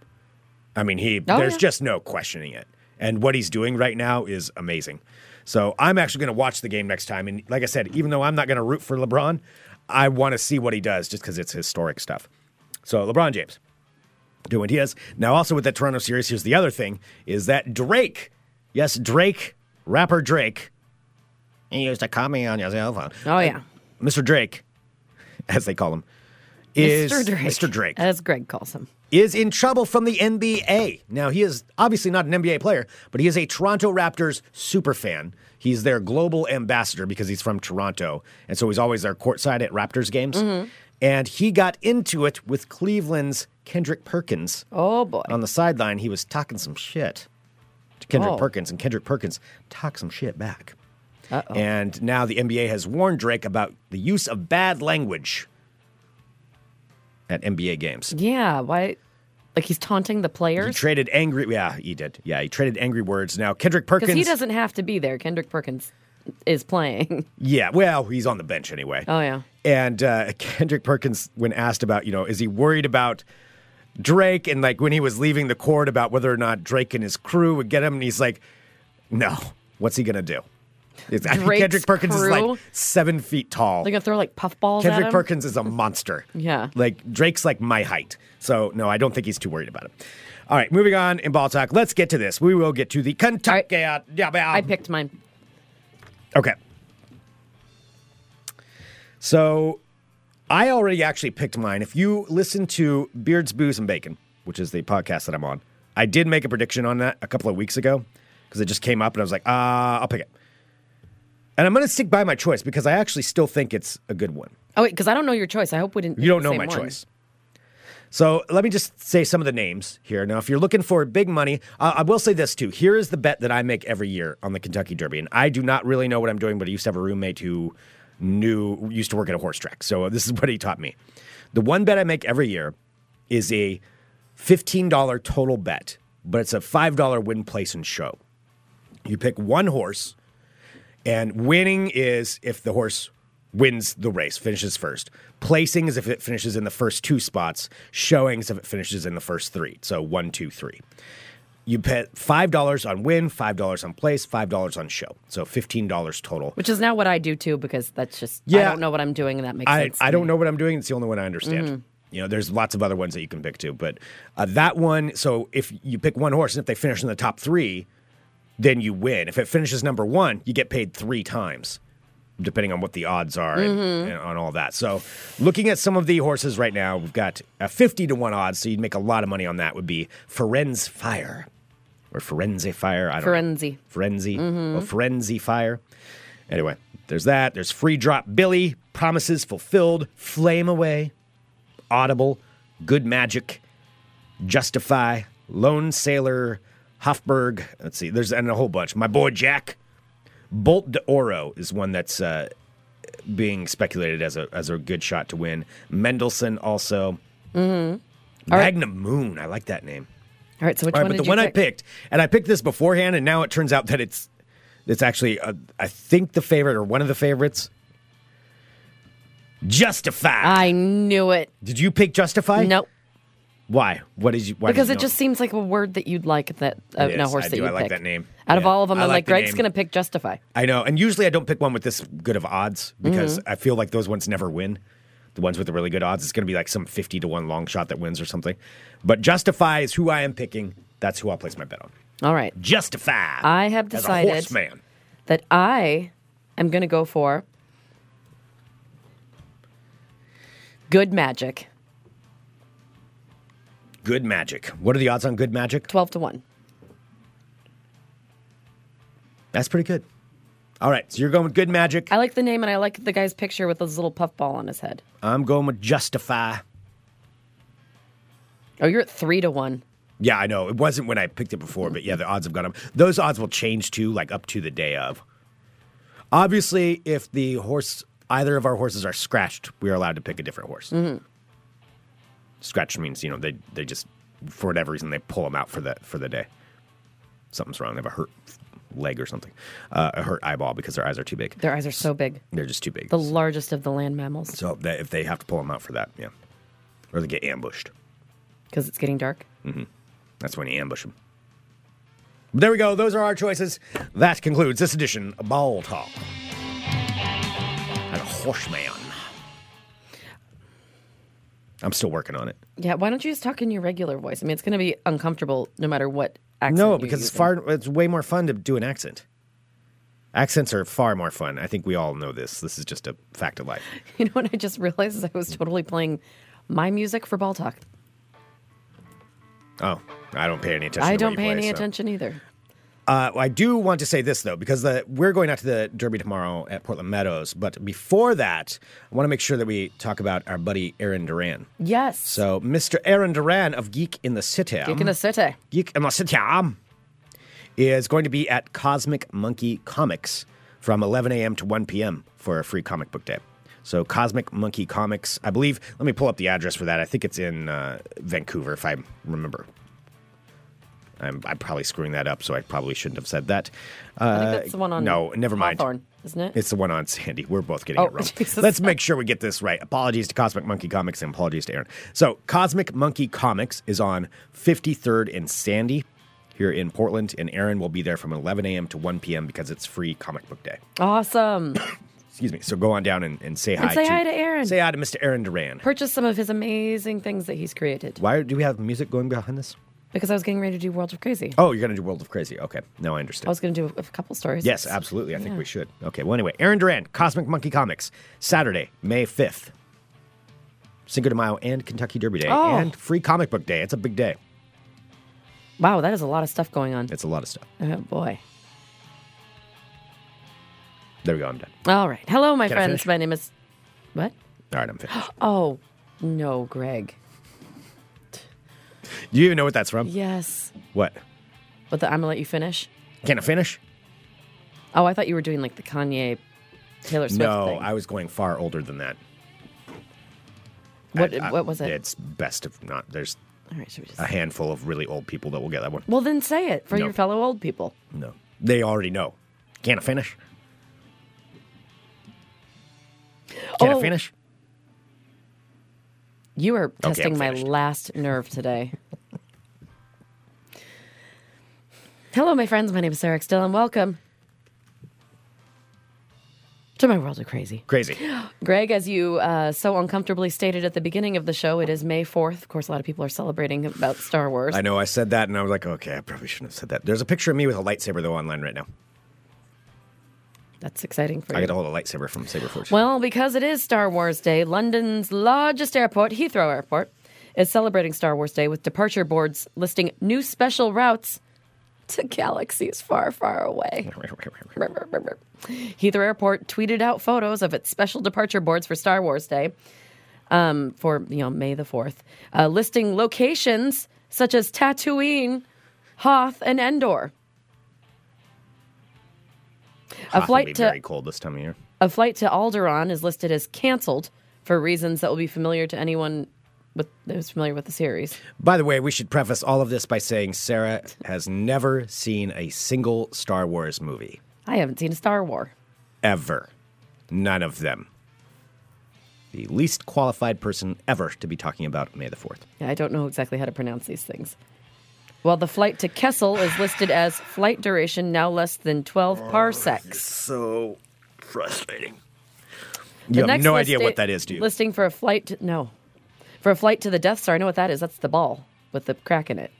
E: I mean, he
F: Oh,
E: there's
F: yeah.
E: just no questioning it, and what he's doing right now is amazing. So I'm actually going to watch the game next time, and like I said, even though I'm not going to root for LeBron, I want to see what he does just because it's historic stuff. So LeBron James doing what he does. Now, also with that Toronto series, here's the other thing: is that Drake, yes, Drake, rapper Drake, he used to call me on your cell phone,
F: Oh, yeah.
E: Mr. Drake, as they call him, is
F: Mr. Drake. Uh,
E: Mr. Drake
F: As Greg calls him.
E: is in trouble from the NBA. Now, he is obviously not an NBA player, but he is a Toronto Raptors super fan. He's their global ambassador because he's from Toronto. And so he's always their courtside at Raptors games. And he got into it with Cleveland's Kendrick Perkins
F: Oh, boy.
E: on the sideline. He was talking some shit to Kendrick
F: Oh.
E: Perkins, and Kendrick Perkins talked some shit back.
F: Uh-oh.
E: And now the NBA has warned Drake about the use of bad language at NBA games.
F: yeah. Why? Like he's taunting the
E: He
F: players?
E: traded angry. Yeah, he did. Yeah, he traded angry words. Now Kendrick Perkins.
F: Because he doesn't have to be there. Kendrick Perkins is playing.
E: Yeah, well, he's on the bench anyway.
F: Oh, yeah.
E: And uh, Kendrick Perkins, when asked about, you know, is he worried about Drake and like when he was leaving the court about whether or not Drake and his crew would get him, and he's like, no, what's he gonna do? It's- I think
F: Drake's
E: Kendrick Perkins is
F: crew.
E: like seven feet tall.
F: They're gonna throw like puffballs at
E: Kendrick
F: him.
E: Perkins is a monster.
F: Yeah.
E: Like Drake's like my height. So no, I don't think he's too worried about it. All right, moving on in ball talk. Let's get to this. We will get to the Kentucky. yeah, yeah.
F: I picked mine.
E: Okay. So I already actually picked mine. If you listen to Beards, Booze, and Bacon, which is the podcast that I'm on, I did make a prediction on that a couple of weeks ago because it just came up and I was like, uh, I'll pick it. And I'm going to stick by my choice because I actually still think it's a good one.
F: Oh wait, because I don't know your choice. I hope we didn't.
E: You
F: pick
E: don't
F: the
E: know
F: same
E: my
F: one.
E: choice. So let me just say some of the names here. Now, if you're looking for big money, uh, I will say this too. Here is the bet that I make every year on the Kentucky Derby, and I do not really know what I'm doing, but I used to have a roommate who knew used to work at a horse track, so this is what he taught me. The one bet I make every year is a fifteen dollar total bet, but it's a five dollar win, place, and show. You pick one horse, and winning is if the horse wins the race, finishes first. Placing is if it finishes in the first two spots. Showing is if it finishes in the first three. So one, two, three. You bet $5 on win, $5 on place, $5 on show. So $15 total.
F: Which is now what I do too, because that's just I
E: Yeah.
F: don't know what I'm doing, and that makes
E: I,
F: sense. to
E: I
F: me. Mm-hmm.
E: don't know what I'm doing. It's the only one I understand. You know, there's lots of other ones that you can pick too, but uh, that one. So if you pick one horse and if they finish in the top three, then you win. If it finishes number one, you get paid three times, depending on what the odds are and,
F: Mm-hmm.
E: and on all that. So looking at some of the horses right now, we've got a fifty to one odds, so you'd make a lot of money on that. Would be Ferenz Fire or Forense Fire. I don't know.
F: Forenzi.
E: Frenzy. Oh, Frenzy Fire. Anyway, there's that. There's Free Drop Billy, Promises Fulfilled, Flame Away, Audible, Good Magic, Justify, Lone Sailor, Hofburg. Let's see, there's and a whole bunch. My boy Jack. Bolt de Oro is one that's uh, being speculated as a as a good shot to win. Mendelssohn also. Mm-hmm.
F: All right.
E: Magnum Moon. I like that name.
F: All right, so which
E: All right,
F: one
E: but
F: did
E: the
F: you
E: one I
F: pick?
E: picked, and I picked this beforehand, and now it turns out that it's it's actually uh, I think the favorite or one of the favorites. Justified.
F: I knew it.
E: did you pick Justify?
F: Nope.
E: Why? What did you? Why did
F: Because
E: you
F: it
E: know?
F: just seems like a word that you'd like that uh,
E: It
F: no
E: is.
F: horse
E: I
F: that
E: do.
F: you
E: I like
F: pick.
E: that name.
F: Out of
E: Yeah.
F: all of them,
E: I
F: I'm
E: like
F: like
E: the
F: Greg's
E: name.
F: gonna pick Justify.
E: I know, and usually I don't pick one with this good of odds
F: Mm-hmm.
E: because I feel like those ones never win. The ones with the really good odds, it's going to be like some fifty to one long shot that wins or something. But Justify is who I am picking. That's who I'll place my bet on.
F: All right,
E: Justify.
F: I have
E: as
F: decided-
E: a horseman.
F: that I am gonna go for good magic,
E: Good magic. What are the odds on good magic?
F: twelve to one.
E: That's pretty good. All right, so you're going with good magic.
F: I like the name and I like the guy's picture with his little puff ball on his head.
E: I'm going with justify.
F: Oh, you're at three to one.
E: Yeah, I know. It wasn't when I picked it before, but yeah, the odds have gone up. Those odds will change too, like up to the day of. Obviously, if the horse, either of our horses are scratched, we are allowed to pick a different horse.
F: Mm-hmm.
E: Scratched means, you know, they, they just, for whatever reason, they pull them out for the, for the day. Something's wrong. They have a hurt leg or something, uh, a hurt eyeball because their eyes are too big.
F: Their eyes are so big,
E: They're just too big.
F: the largest of the land mammals,
E: So that if they have to pull them out for that, yeah, or they get ambushed.
F: because it's getting dark.
E: That's when you ambush them. But there we go. Those are our choices. That concludes this edition of Ball Talk. And a horseman. I'm still working on it.
F: Yeah, why don't you just talk in your regular voice? I mean, it's going to be uncomfortable no matter what accent.
E: No,
F: you're
E: because it's
F: using.
E: far. It's way more fun to do an accent. Accents are far more fun. I think we all know this. This is just a fact of life.
F: You know what I just realized is I was totally playing my music for ball talk.
E: Oh, I don't pay any attention.
F: I
E: to what
F: don't
E: you
F: pay
E: play,
F: any
E: so.
F: attention either.
E: Uh, I do want to say this though, because the, we're going out to the Derby tomorrow at Portland Meadows. But before that, I want to make sure that we talk about our buddy Aaron Duran.
F: Yes.
E: So, um, Mr. Aaron Duran of Geek in the City,
F: Geek in the City.
E: Geek in the City, is going to be at Cosmic Monkey Comics from 11 a.m. to 1 p.m. for a free comic book day. So, Cosmic Monkey Comics, I believe. Let me pull up the address for that. I think it's in uh, Vancouver, if I remember. I'm, I'm probably screwing that up, so I probably shouldn't have said that. Uh,
F: I think that's the one on
E: no, never mind.
F: Hawthorne, isn't it?
E: It's the one on Sandy. We're both getting
F: Oh,
E: it wrong.
F: Jesus.
E: Let's make sure we get this right. Apologies to Cosmic Monkey Comics and apologies to Aaron. So, Cosmic Monkey Comics is on 53rd and Sandy. here in Portland, and Aaron will be there from 11 a.m. to 1 p.m. because it's free comic book day.
F: Awesome.
E: Excuse me. So go on down and, and say hi.
F: say
E: to,
F: hi to Aaron.
E: Say hi to Mr. Aaron Duran.
F: Purchase some of his amazing things that he's created.
E: Why do we have music going behind this?
F: Because I was getting ready to do World of Crazy.
E: Oh, you're gonna do World of Crazy. Okay, now I understand.
F: I was going to do a, a couple stories.
E: Yes, absolutely. I think we should. Okay. Well, anyway, Aaron Duran, Cosmic Monkey Comics, Saturday, May 5th. Cinco de Mayo and Kentucky Derby Day
F: Oh.
E: and free comic book day. It's a big day.
F: Wow, that is a lot of stuff going on.
E: It's a lot of stuff.
F: Oh boy.
E: There we go. I'm done.
F: All right. Hello, my
E: Can I
F: friends.
E: finish?
F: My name is. What?
E: All right, I'm finished.
F: Oh, no, Greg.
E: Do you even know what that's from?
F: Yes.
E: What?
F: But the, I'm going to let you finish.
E: Can I finish?
F: Oh, I thought you were doing like the Kanye Taylor Swift
E: no,
F: thing.
E: I was going far older than that.
F: what,
E: I- I-
F: what was it?
E: It's best if not. There's
F: All right, should we just.
E: a handful of really old people that will get that one.
F: well, then say it for
E: No.
F: your fellow old people.
E: No. They already know. Can I finish? Can
F: Oh.
E: I finish?
F: You are
E: I'm
F: testing my
E: finished.
F: last nerve today. Hello, my friends. My name is Sarah Still, and welcome to my world of crazy.
E: Crazy.
F: Greg, as you uh, so uncomfortably stated at the beginning of the show, it is May 4th. Of course, a lot of people are celebrating about Star Wars.
E: I know I said that and I was like, okay, I probably shouldn't have said that. There's a picture of me with a lightsaber though online right now.
F: That's exciting for
E: I
F: you.
E: got a hold of a lightsaber from Saberforge.
F: Well, because it is Star Wars Day, London's largest airport, Heathrow Airport, is celebrating Star Wars Day with departure boards listing new special routes to galaxies far, far away. Heathrow Airport tweeted out photos of its special departure boards for Star Wars Day um, for you know May the fourth, uh, listing locations such as Tatooine, Hoth, and Endor.
E: Hot
F: A
E: will
F: flight
E: be
F: to
E: very cold this time of year.
F: a flight to Alderaan is listed as canceled for reasons that will be familiar to anyone with who's familiar with the series.
E: By the way, we should preface all of this by saying Sarah has never seen a single Star Wars movie
F: I haven't seen a Star War.
E: ever. None of them. The least qualified person ever to be talking about May the 4th.
F: Yeah, I don't know exactly how to pronounce these things. While the flight to Kessel is listed as flight duration now less than 12 parsecs.
E: So frustrating.
F: The
E: You have
F: next
E: no idea
F: listi-
E: what that is, do you?
F: Listing for a flight to, no. For a flight to the Death Star, I know what that is. That's the ball with the crack in it.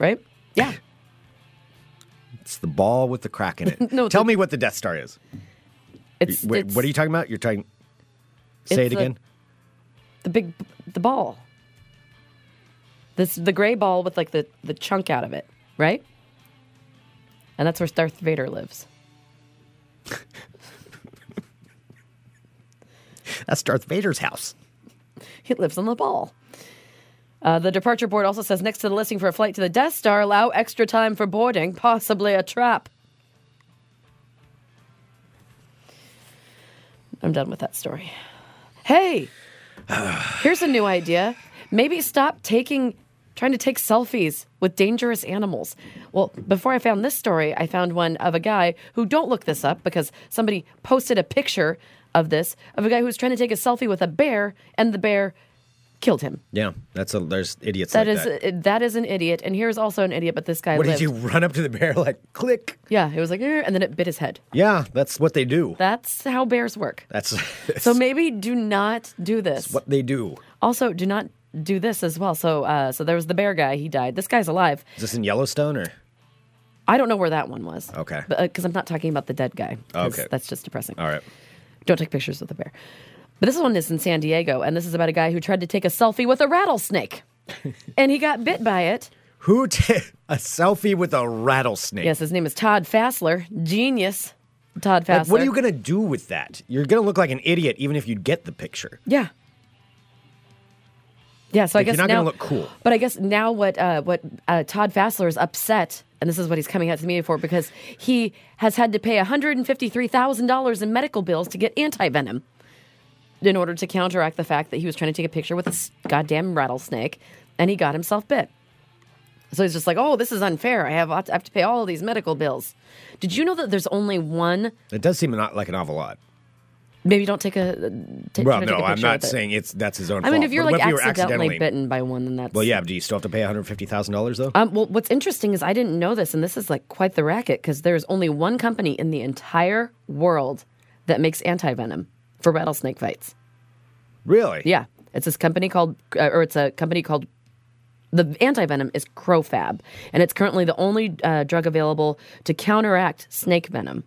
F: Right? Yeah.
E: It's the ball with the crack in it.
F: No,
E: Tell
F: the-
E: me what the Death Star is.
F: It's,
E: Wait,
F: it's
E: what are you talking about? You're talking. Say it
F: It's a-
E: again.
F: the big the ball. This the gray ball with like the the chunk out of it, right? And that's where Darth Vader lives.
E: That's Darth Vader's house.
F: He lives on the ball. Uh, the departure board also says next to the listing for a flight to the Death Star, allow extra time for boarding, possibly a trap. I'm done with that story. Hey, here's a new idea. Maybe stop taking, trying to take selfies with dangerous animals. Well, before I found this story, I found one of a guy who don't look this up because somebody posted a picture of this of a guy who was trying to take a selfie with a bear and the bear killed him.
E: Yeah, that's a. There's idiots
F: That
E: like
F: is
E: that.
F: uh, that is an idiot, and here's also an idiot. But this guy
E: What
F: lived.
E: did you run up to the bear like click?
F: Yeah, it was like, "Eh," and then it bit his head.
E: Yeah, that's what they do.
F: That's how bears work.
E: That's,
F: So maybe do not do this.
E: what they do.
F: Also, do not do this as well. So, uh, so there was the bear guy. He died. This guy's alive.
E: Is this in Yellowstone or?
F: I don't know where that one was.
E: Okay.
F: Because I'm not talking about the dead guy. 'cause
E: Okay.
F: That's just depressing.
E: All right.
F: Don't take pictures with a bear. But this one is in San Diego, and this is about a guy who tried to take a selfie with a rattlesnake, and he got bit by it.
E: Who ta a selfie with a rattlesnake?
F: Yes, his name is Todd Fassler. Genius, Todd Fassler.
E: Like, what are you gonna do with that? You're gonna look like an idiot even if you get the picture.
F: Yeah. Yeah, so I
E: Like, you're
F: guess
E: not
F: now,
E: gonna look cool.
F: But I guess now what uh, what uh, Todd Fassler is upset, and this is what he's coming out to the media for, because he has had to pay $153,000 in medical bills to get anti venom in order to counteract the fact that he was trying to take a picture with a s- goddamn rattlesnake, and he got himself bit. So he's just like, "Oh, this is unfair. I have I have to pay all these medical bills." Did you know that there's only one
E: It does seem not like an awful lot.
F: Maybe don't take a. Take,
E: Well,
F: try to
E: no,
F: take a
E: I'm
F: picture
E: not
F: with it.
E: saying it's that's his own
F: I mean,
E: fault,
F: if you're
E: but
F: like
E: what if you were
F: accidentally, bitten by one, then that's
E: Well, yeah, but do you still have to pay $150,000 though?
F: Um, well, what's interesting is I didn't know this, and this is like quite the racket because there's only one company in the entire world that makes anti venom for rattlesnake bites.
E: really?
F: Yeah, it's this company called, uh, or it's a company called. The anti venom is Crofab, and it's currently the only uh, drug available to counteract snake venom.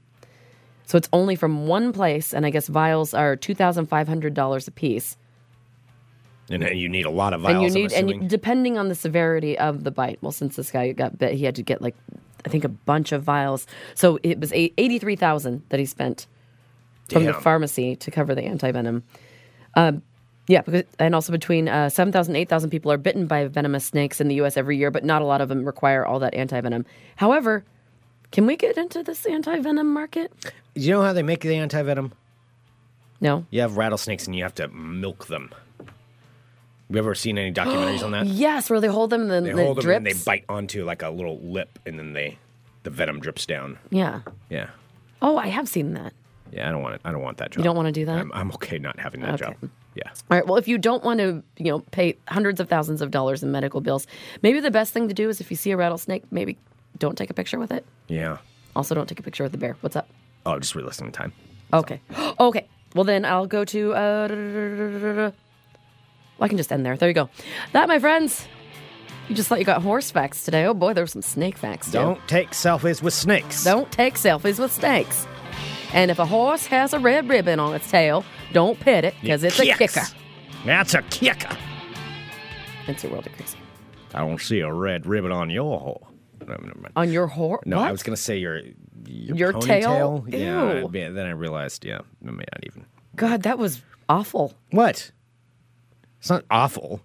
F: So it's only from one place, and I guess vials are two thousand five hundred dollars a piece.
E: And, and you need a lot of vials,
F: and you
E: I'm
F: need and
E: assuming.
F: you, depending on the severity of the bite well since this guy got bit he had to get like i think a bunch of vials so it was eight- 83000 that he spent from the
E: Damn.
F: pharmacy to cover the anti-venom um, yeah because, and also between uh, 7000 and 8000 people are bitten by venomous snakes in the us every year but not a lot of them require all that anti-venom however can we get into this anti-venom market
E: you know how they make the anti-venom?
F: no
E: You have rattlesnakes and you have to milk them. You ever seen any documentaries on that?
F: yes where they hold them and then
E: They
F: it
E: hold them
F: drips
E: and they bite onto like a little lip, and then they the venom drips down.
F: yeah
E: Yeah,
F: oh i have seen that
E: yeah. I don't want it. I don't want that job.
F: you don't want to do that
E: I'm, I'm okay not having that
F: Okay.
E: job. Yeah.
F: All right. Well, if you don't want to, you know, pay hundreds of thousands of dollars in medical bills, maybe the best thing to do is if you see a rattlesnake, maybe don't take a picture with it.
E: Yeah.
F: Also, don't take a picture with the bear. What's up?
E: Oh, just re-listening time.
F: Okay. okay. Well, then I'll go to. Uh, well, I can just end there. There you go. That, my friends. You just thought you got horse facts today. Oh boy, there were some snake facts. Too.
E: Don't take selfies with snakes.
F: Don't take selfies with snakes. And if a horse has a red ribbon on its tail, don't pet it because it's a
E: Kicks.
F: kicker.
E: That's a kicker.
F: It's a world of crazy.
E: I don't see a red ribbon on your hole. No, never mind.
F: On your horse?
E: No, I was gonna say your your,
F: Your tail?
E: ponytail. Yeah,
F: Ew.
E: I- then I realized. Yeah, I mean, not even.
F: God, that was awful.
E: What? It's not awful.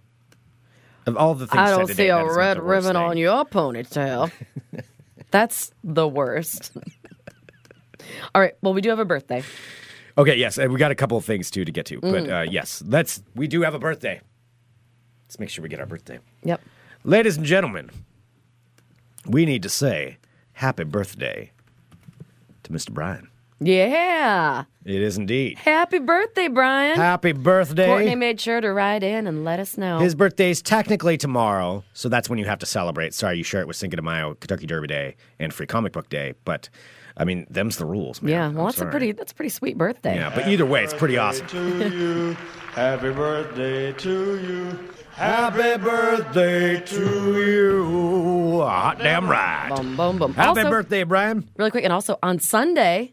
E: Of all the things
F: I
E: said
F: don't
E: today,
F: see
E: that
F: a
E: is not
F: red
E: the worst
F: ribbon
E: thing.
F: on your ponytail. That's the worst. All right. Well, we do have a birthday.
E: Okay, yes, and we got a couple of things too to get to, but
F: Mm.
E: uh, yes, let's. We do have a birthday. Let's make sure we get our birthday,
F: Yep.
E: ladies and gentlemen. We need to say happy birthday to Mr. Brian.
F: Yeah.
E: It is indeed
F: Happy birthday, Brian.
E: happy birthday.
F: Courtney made sure to write in and let us know.
E: His birthday's technically tomorrow, so that's when you have to celebrate. Sorry, you share it with Cinco de Mayo, Kentucky Derby Day, and Free Comic Book Day, but I mean, them's the rules, man.
F: yeah. Well,
E: I'm
F: that's
E: sorry.
F: a pretty that's a pretty sweet birthday.
E: Yeah, but either way, it's pretty awesome.
C: to you. Happy birthday to you.
E: Happy birthday to you. Hot damn right.
F: Boom, boom, boom.
E: Happy
F: also,
E: birthday, Brian.
F: really quick, and also on Sunday,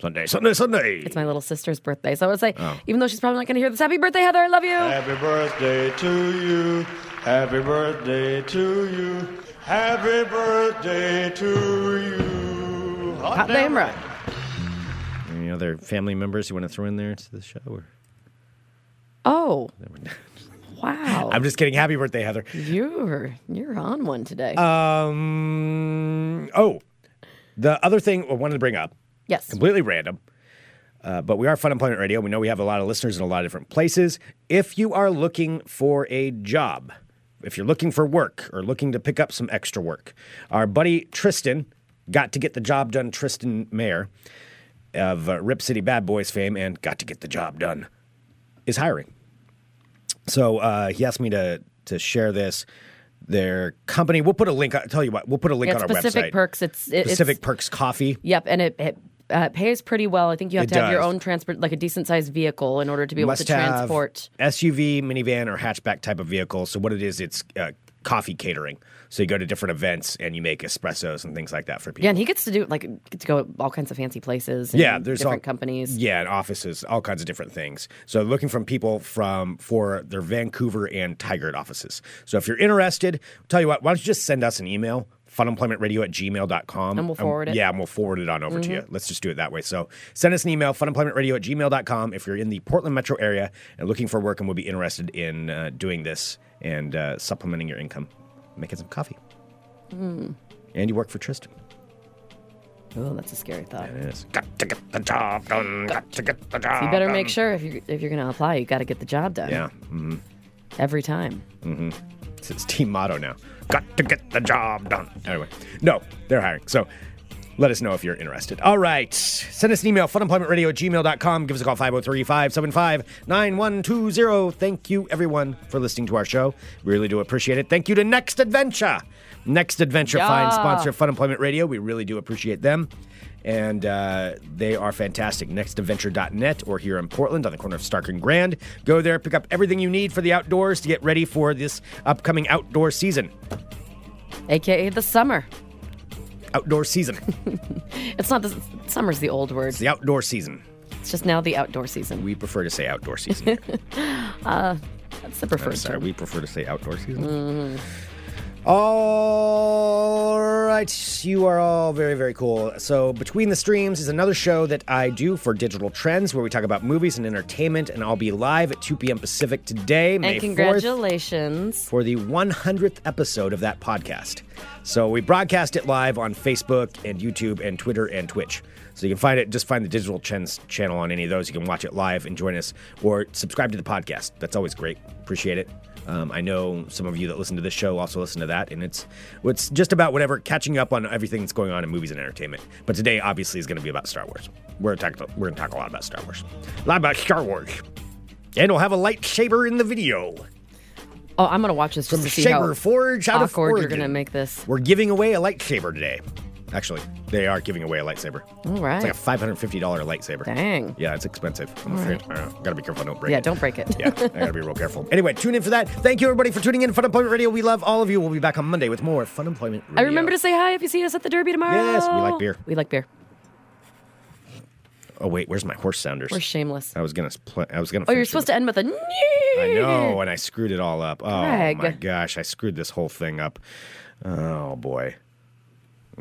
E: Sunday, Sunday, Sunday.
F: it's my little sister's birthday. So I would say,
E: Oh.
F: even though she's probably not going to hear this, happy birthday, Heather. I love you.
C: Happy birthday to you. Happy birthday to you. Happy birthday to you.
F: Hot damn right.
E: Any other family members you want to throw in there to the show? Or...
F: Oh. Wow.
E: I'm just kidding. Happy birthday, Heather.
F: You're you're on one today.
E: Um, oh, the other thing I wanted to bring up
F: yes.
E: completely random. Uh, but we are Fun Employment Radio. We know we have a lot of listeners in a lot of different places. If you are looking for a job, if you're looking for work or looking to pick up some extra work, our buddy Tristan got to get the job done, Tristan Mayer of uh, Rip City Bad Boys fame and got to get the job done is hiring. So uh, he asked me to to share this. Their company, we'll put a link. I'll tell you what, we'll put a link
F: It's
E: on our
F: Pacific
E: website.
F: Perks. It's it,
E: Pacific
F: It's,
E: Perks Coffee.
F: yep, and it. it uh, pays pretty well. I think you have
E: It
F: to have your
E: does.
F: own transport, like a decent sized vehicle, in order to be able
E: must
F: to transport.
E: have SUV, minivan, or hatchback type of vehicle. So what it is, it's uh, coffee catering. So you go to different events and you make espressos and things like that for people.
F: Yeah, and he gets to do like get to go all kinds of fancy places. and
E: yeah, there's
F: different
E: all,
F: companies.
E: Yeah, and offices, all kinds of different things. So looking from people from for their Vancouver and Tigard offices. So if you're interested, tell you what, why don't you just send us an email, funemploymentradio at gmail.com.
F: And we'll forward it. Mm-hmm.
E: Yeah, and we'll forward it on over to you. Let's just do it that way. So send us an email, funemploymentradio at gmail.com if you're in the Portland metro area and looking for work and would be interested in uh, doing this and uh, supplementing your income, making some coffee.
F: Mm.
E: And you work for Tristan.
F: Oh, that's a scary thought.
E: It is. Got to get the job done. Got to get the job
F: You better
E: done.
F: make sure if you if you're going to apply, you got to get the job
E: Um,
F: done.
E: Yeah, Mm,
F: every time.
E: it's his team motto now. Got to get the job done. Anyway, no, they're hiring. So Let us know if you're interested. All right. Send us an email, funemploymentradio at gmail.com. Give us a call, 503 575 9120. Thank you, everyone, for listening to our show. We really do appreciate it. Thank you to Next Adventure. Next Adventure, fine
F: Yeah.
E: sponsor of Fun Employment Radio. We really do appreciate them. And uh, they are fantastic. NextAdventure.net or here in Portland on the corner of Stark and Grand. Go there, pick up everything you need for the outdoors to get ready for this upcoming outdoor season.
F: AKA the summer.
E: Outdoor season.
F: It's not the summer's the old word.
E: the outdoor season.
F: It's just now the outdoor season.
E: We prefer to say outdoor season.
F: That's the preferred
E: Sorry,
F: term.
E: we prefer to say outdoor season. All right, you are all very, very cool. So, Between the Streams is another show that I do for Digital Trends where we talk about movies and entertainment, and I'll be live at 2 p.m. Pacific today, May
F: and
E: 4th,
F: congratulations.
E: for the 100th episode of that podcast. So, we broadcast it live on Facebook and YouTube and Twitter and Twitch. So, you can find it, just find the Digital Trends channel on any of those. You can watch it live and join us or subscribe to the podcast. That's always great. Appreciate it. Um, I know some of you that listen to this show also listen to that, and it's it's just about whatever catching up on everything that's going on in movies and entertainment. But today, obviously, is going to be about Star Wars. We're gonna talk, we're going to talk a lot about Star Wars, a lot about Star Wars, and we'll have a lightsaber in the video
F: Oh, I'm gonna watch this
E: from
F: just to see
E: Saber
F: how
E: Forge out of
F: awkward
E: Oregon.
F: you're gonna make this.
E: We're giving away a lightsaber today. Actually, they are giving away a lightsaber.
F: All
E: It's
F: right.
E: like a five hundred fifty dollar lightsaber.
F: Dang.
E: Yeah, it's expensive. I'm afraid. Uh, gotta be careful. I Don't break.
F: Yeah,
E: it.
F: don't break it.
E: yeah, I gotta be real careful. Anyway, tune in for that. Thank you everybody for tuning in. Fun Employment Radio. We love all of you. We'll be back on Monday with more Fun Employment
F: I
E: Radio.
F: remember to say hi if you see us at the Derby tomorrow.
E: Yes, we like beer.
F: We like beer.
E: Oh wait, where's my horse sounders?
F: We're shameless.
E: I was gonna. Pl- I was gonna.
F: Oh, you're supposed to end with a.
E: I know, and I screwed it all up. Oh my
F: Greg.
E: gosh, I screwed this whole thing up. Oh boy.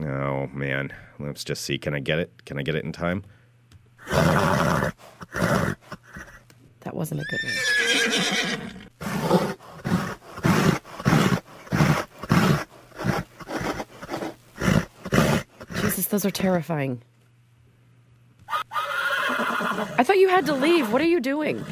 E: Oh man. Let's just see. Can I get it? Can I get it in time?
F: That wasn't a good one. Jesus, those are terrifying. I thought you had to leave. What are you doing?